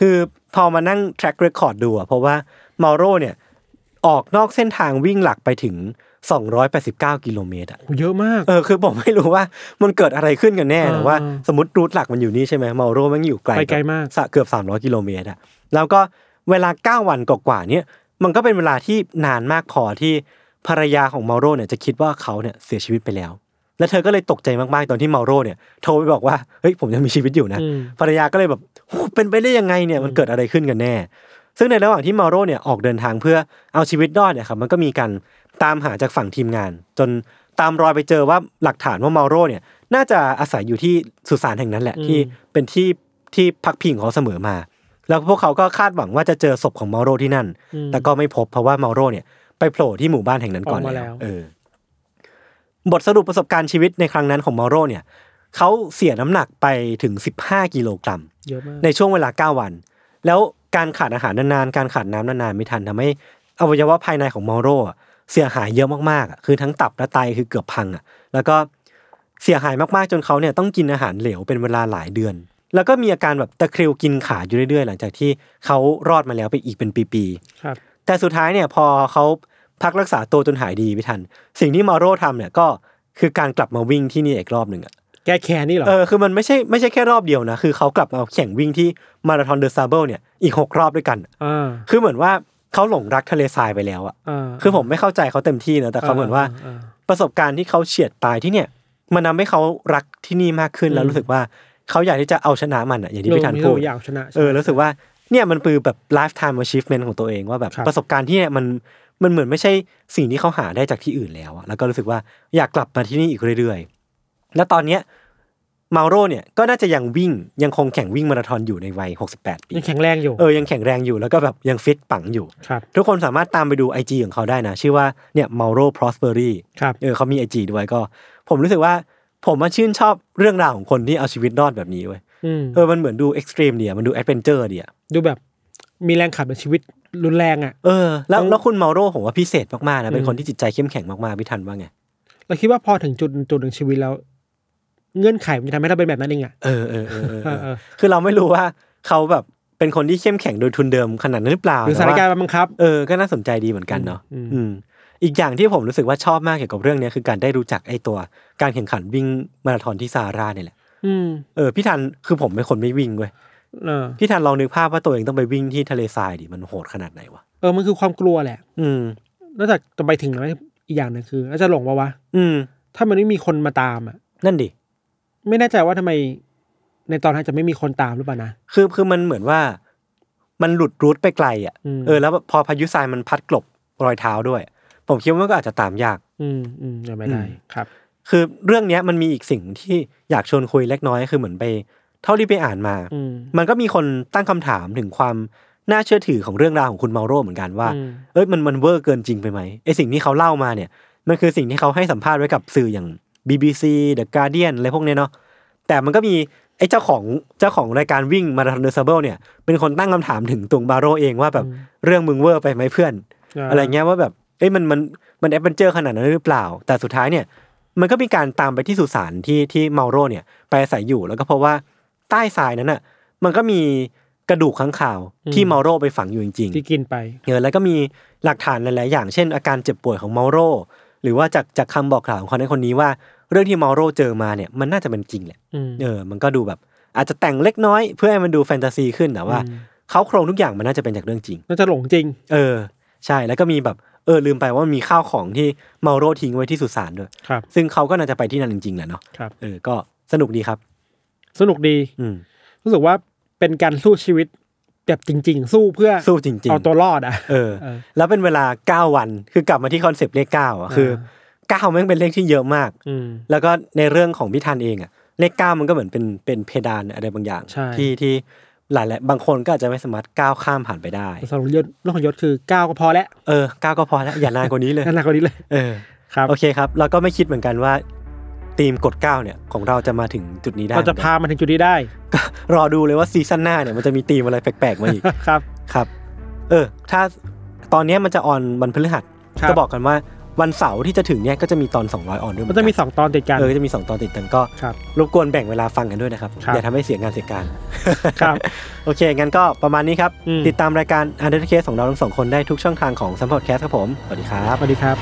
B: คือพอมานั่ง track record ดูอะเพราะว่าเมาโรเนี่ยออกนอกเส้นทางวิ่งหลักไปถึง 289 กิโลเมตรอะ
C: โหเยอะมาก
B: เออคือผมไม่รู้ว่ามันเกิดอะไรขึ้นกันแน่
C: อ่า
B: แต่ว่า
C: อ่า
B: สมมติรูทหลักมันอยู่นี่ใช่ไหมเมาโรมันอยู่ไกล
C: ไปไกลมาก
B: สะเกือบ 300 กิโลเมตรอะแล้วก็เวลาเก้า9 วันกว่าๆเนี่ยมันก็เป็นเวลาที่นานมากพอที่ภรรยาของเมาโรเนี่ยจะคิดว่าเขาเนี่ยเสียชีวิตไปแล้ว และเธอก็เลยตกใจมากๆตอนที่เมาโรเนี่ยโทรไปบอกว่าเฮ้ยผมยังมีชีวิตอยู่นะ
C: อืม
B: ภรรยาก็เลยแบบโอ้เป็นไปได้ยังไงเนี่ยมันเกิดอะไรขึ้นกันแน่ ซึ่งในระหว่างที่เมาโรเนี่ยออกเดินทางเพื่อเอาชีวิตรอดเนี่ยครับมันก็มีการตามหาจากฝั่งทีมงาน จนตามรอยไปเจอว่าหลักฐานว่าเมาโรเนี่ยน่าจะอาศัยอยู่ที่สุสานแห่งนั้นแหละ
C: อืม
B: ที่เป็นที่ที่พักพิงของเขาเสมอมา แล้วพวกเขาก็คาดหวังว่าจะเจอศพของเมาโรที่นั่น แต่ก็ไม่พบเพราะว่าเมาโรเนี่ยไปโผล่ที่หมู่บ้านแห่งนั้นก่อน
C: ออกมาแล้
B: แล้ว วเออบทสรุปประสบการณ์ชีวิตในครั้งนั้นของเมาโรเนี่ยเขาเสียน้ำหนักไปถึง 15 กิโลกรัม
C: เยอะมาก
B: ในช่วงเวลา 9 วัน แล้วการขาดอาหารนานๆ การขาดน้ำนานๆ ไม่ทันทำให้อวัยวะภายในของเมาโรอะเสียหายเยอะมากๆอะคือทั้งตับและไตคือเกือบพังอ่ะ แล้วก็เสียหายมากๆ จนเขาเนี่ยต้องกินอาหารเหลวเป็นเวลาหลายเดือน แล้วก็มีอาการแบบตะคริวกินขาอยู่เรื่อยๆ หลังจากที่เขารอดมาแล้วไปอีกเป็นปีๆ
C: ครับ
B: แต่สุดท้ายเนี่ยพอเขาพักรักษาตัวจนหายดีไม่ทัน สิ่งที่มาโร่ทำเนี่ยก็คือการกลับมาวิ่งที่นี่อีกรอบหนึ่งอะ
C: แก้แค้นนี่เหรอ
B: เออคือมันไม่ใช่ไม่ใช่แค่รอบเดียวนะ คือเขากลับมาแข่งวิ่งที่มาราธอนเดอะซาเบิลเนี่ยอีกหกรอบด้วยกัน
C: อ่า
B: คือเหมือนว่าเขาหลงรักทะเลทรายไปแล้วอะ
C: อ่า
B: คือผมไม่เข้าใจเขาเต็มที่นะแต่เขาเหมือนว่า ประสบการณ์ที่เขาเฉียดตายที่เนี่ยมันทำให้เขารักที่นี่มากขึ้นแล้วรู้สึกว่าเขาอยากที่จะเอาชนะมันอะอย่างที่
C: เรา
B: พี่ธัน
C: ไม่
B: พู
C: รู้
B: ด
C: อยากชนะ
B: เออแล้วรู้สึกว่าเนี่ยมันคือแบบ lifetime achievement ของตัวเองว่าแบบ
C: ครับ
B: ประสบการณ์ที่เนี่ยมันมันเหมือนไม่ใช่สิ่งที่เขาหาได้จากที่อื่นแล้วอะแล้วก็รู้สึกว่าอยากกลับมาที่นี่อีกเรื่อยๆ แล้วตอนเนี้ยมาโรเนี่ยก็น่าจะยังวิ่งยังคงแข่งวิ่งมาราธอนอยู่ในวัย 68 ปี
C: ยังแข็งแรงอยู่
B: เออยังแข็งแรงอยู่แล้วก็แบบยังฟิตปังอยู่
C: ครับ
B: ทุกคนสามารถตามไปดู IG ของเขาได้นะ ชื่อว่าเนี่ยมาโร prospery
C: ครับ
B: เออเขามีไอจีด้วยก็ ผมรู้สึกว่าผมมาชื่นชอบเรื่องราวของคนที่เอาชีวิตรอดแบบนี้เว้ย
C: อืม
B: เออมันเหมือนดูเอ็กซ์ตรีมเดียมันดูแอดเวนเจอร์เดีย
C: ดูแบบมีแรงขับในชีวิตรุนแรงอ่ะ
B: เออแล้ว
C: ต้อง
B: แล้วคุณเมาโรผมว่าพิเศษมากๆนะเป็นคนที่จิตใจเข้มแข็งมากๆพี่ทันว่าไง
C: เราคิดว่าพอถึงจุดจุดหนึ่งชีวิตแล้ว เงื่อนไขมันจะทำให้เราเป็นแบบนั้นเองอ่ะ
B: เออเออเออเออ
C: เอ
B: เอ
C: อเอ
B: อ
C: อ
B: คือเราไม่รู้ว่าเขาแบบเป็นคนที่เข้มแข็งโดยทุนเดิมขนาดนั้นหรือเปล่า
C: หรือส
B: แต่
C: ถาน
B: ว่
C: การณ์มันบังคับ
B: เออก็น่าสนใจดีเหมือนกันเนาะ
C: อืม
B: อืม อีกอย่างที่ผมรู้สึกว่าชอบมากเกี่ยวกับเรื่องเนี้ยคือการได้รู้จักไอ้ตัวการแข่งขันวิ่งมาราธอนที่ซาฮาราเนี่ยแหละ
C: อืม
B: เออพี่ทันคือผมเป็นคนไม่วิ่งเว้ย
C: เออ
B: พี่ทันลองนึกภาพว่าตัวเองต้องไปวิ่งที่ทะเลทรายดิมันโหดขนาดไหนวะ
C: เออมันคือความกลัวแหละ
B: อืม
C: นอกจากจะไปถึงแล้วอีกอย่างหนึงคืออาจจะหลงวะวะ
B: อืม
C: ถ้ามันไม่มีคนมาตามอ่ะ
B: นั่นดิ
C: ไม่แน่ใจว่าทำไม ในตอนนั้นจะไม่มีคนตามหรือเปล่านะ
B: คือคือมันเหมือนว่า มันหลุดรูทไปไกลอ่ะ
C: อืม
B: เออแล้วพอพายุทรายมันพัดกลบรอยเท้าด้วย ผมคิดว่ามันก็อาจจะตามยาก
C: อืมอืมยังไม่ได้
B: อืม
C: ครับ
B: คือเรื่องเนี้ยมันมีอีกสิ่งที่อยากชวนคุยเล็กน้อยคือเหมือนไป เท่าที่ไปอ่านมา
C: อืม
B: มันก็มีคนตั้งคำถามถึงความน่าเชื่อถือของเรื่องราวของคุณเมาโรเหมือนกันว่า
C: อืม
B: เอ้ยมันมันเวอร์เกินจริงไปไหมไอสิ่งที่เขาเล่ามาเนี่ย มันคือสิ่งที่เขาให้สัมภาษณ์ไว้กับสื่ออย่าง BBC The Guardian อะไรพวกเนี้ยเนาะแต่มันก็มีไอเจ้าของเจ้าของรายการวิ่งมาราธอนเดอร์ซเบิลเนี่ย เป็นคนตั้งคำถามถึงตุงบาโรเองว่าแบบเรื่องมึงเวอร์ไปไหมเพื่อน อะไรเงี้ยว่าแบบเอ้ยมันมันมันแอดเวนเจอร์ขนาดนั้นหรือเปล่า แต่สุดท้ายเนี่ย มันก็มีการตามไปที่สุสานที่ที่เมาโรเนี่ย ไปอาศัยอยู่แล้วก็เพราะว่าใต้ทรายนั้นอ่ะ มันก็มีกระดูกข้างข่าวที่เมาโรไปฝังอยู่จริงๆ
C: ที่กินไป
B: เออแล้วก็มีหลักฐานหลาย ๆ อย่าง เช่น อาการเจ็บป่วยของเมาโร หรือว่าจากจากคำบอกกล่าวของคนนั้นคนนี้ว่า เรื่องที่เมาโรเจอมาเนี่ยมันน่าจะเป็นจริงแหละ
C: อืม
B: เออมันก็ดูแบบ อาจจะแต่งเล็กน้อย เพื่อให้มันดูแฟนตาซีขึ้นแต่ว่าเขาโครงทุกอย่างมันน่าจะเป็นจากเรื่องจริง
C: น่าจะหลงจริง
B: เออ ใช่แล้วก็มีแบบเออลืมไปว่ามีข้าวของที่เมาโรทิ้งไว้ที่สุสานด้วย
C: ครับ
B: ซึ่งเขาก็น่าจะไปที่นั่นจริง ๆ แหละเนาะ
C: ครับ
B: เออก็สนุกดีครับ
C: สนุกดี
B: อืม
C: รู้สึกว่าเป็นการสู้ชีวิตแบบจริง ๆ สู้เพื่อ
B: สู้จริงๆ
C: เอาตัวรอดอ่ะ
B: เออ
C: เออ
B: แล้วเป็นเวลาเก้าวันคือกลับมาที่คอนเซปต์เลขเก้าอ่ะคือ
C: เออ
B: เก้าแม่งเป็นเลขที่เยอะมาก
C: อืม
B: แล้วก็ในเรื่องของพิธันเองอะเลขเก้ามันก็เหมือนเป็นเป็นเพดานอะไรบางอย่าง
C: ใช่
B: ที่ที่หลายๆบางคนก็อาจจะไม่สามารถก้าวข้ามผ่านไปได้
C: สำหรับยศเรื่องของยศคือก้าวก็พอแล้ว
B: เออก้าวก็พอแล้ว อย่านานกว่านี้เลย
C: นั่นหนักกว่านี้เลย
B: เออ
C: ครับ
B: โอเคครับ เราก็ไม่คิดเหมือนกันว่าทีมกดเก้าเนี่ยของเราจะมาถึงจุดนี้ได้
C: เราจะพามันถึงจุดนี้ได้
B: รอดูเลยว่าซีซั่นหน้าเนี่ยมันจะมีทีมอะไรแปลกๆมาอีก
C: ครับ
B: ครับ เออ ถ้าตอนเนี้ยมันจะออนวันพฤหัส
C: ครับ
B: ก็บอกกันว่าวันเสาร์ที่จะถึงเนี่ยก็จะมีตอน 200 ออนด้วยเห
C: มัน
B: นกั
C: จะมีสองตอนติดกัน
B: เออจะมีสองตอนติดกันก็
C: ครับ
B: รบกวนแบ่งเวลาฟังกันด้วยนะครับ
C: ครับ
B: อย่าทำให้เสียงานเสียการ
C: ครับ
B: โอเค งั้นก็ประมาณนี้ครับ
C: อืม
B: ติดตามรายการ u n d e r t a k e ของเราทั้งสองคนได้ทุกช่องทางของ s ัมพอดแคสต์ครับผม สวัสดีครับ
C: สวัสดีครับ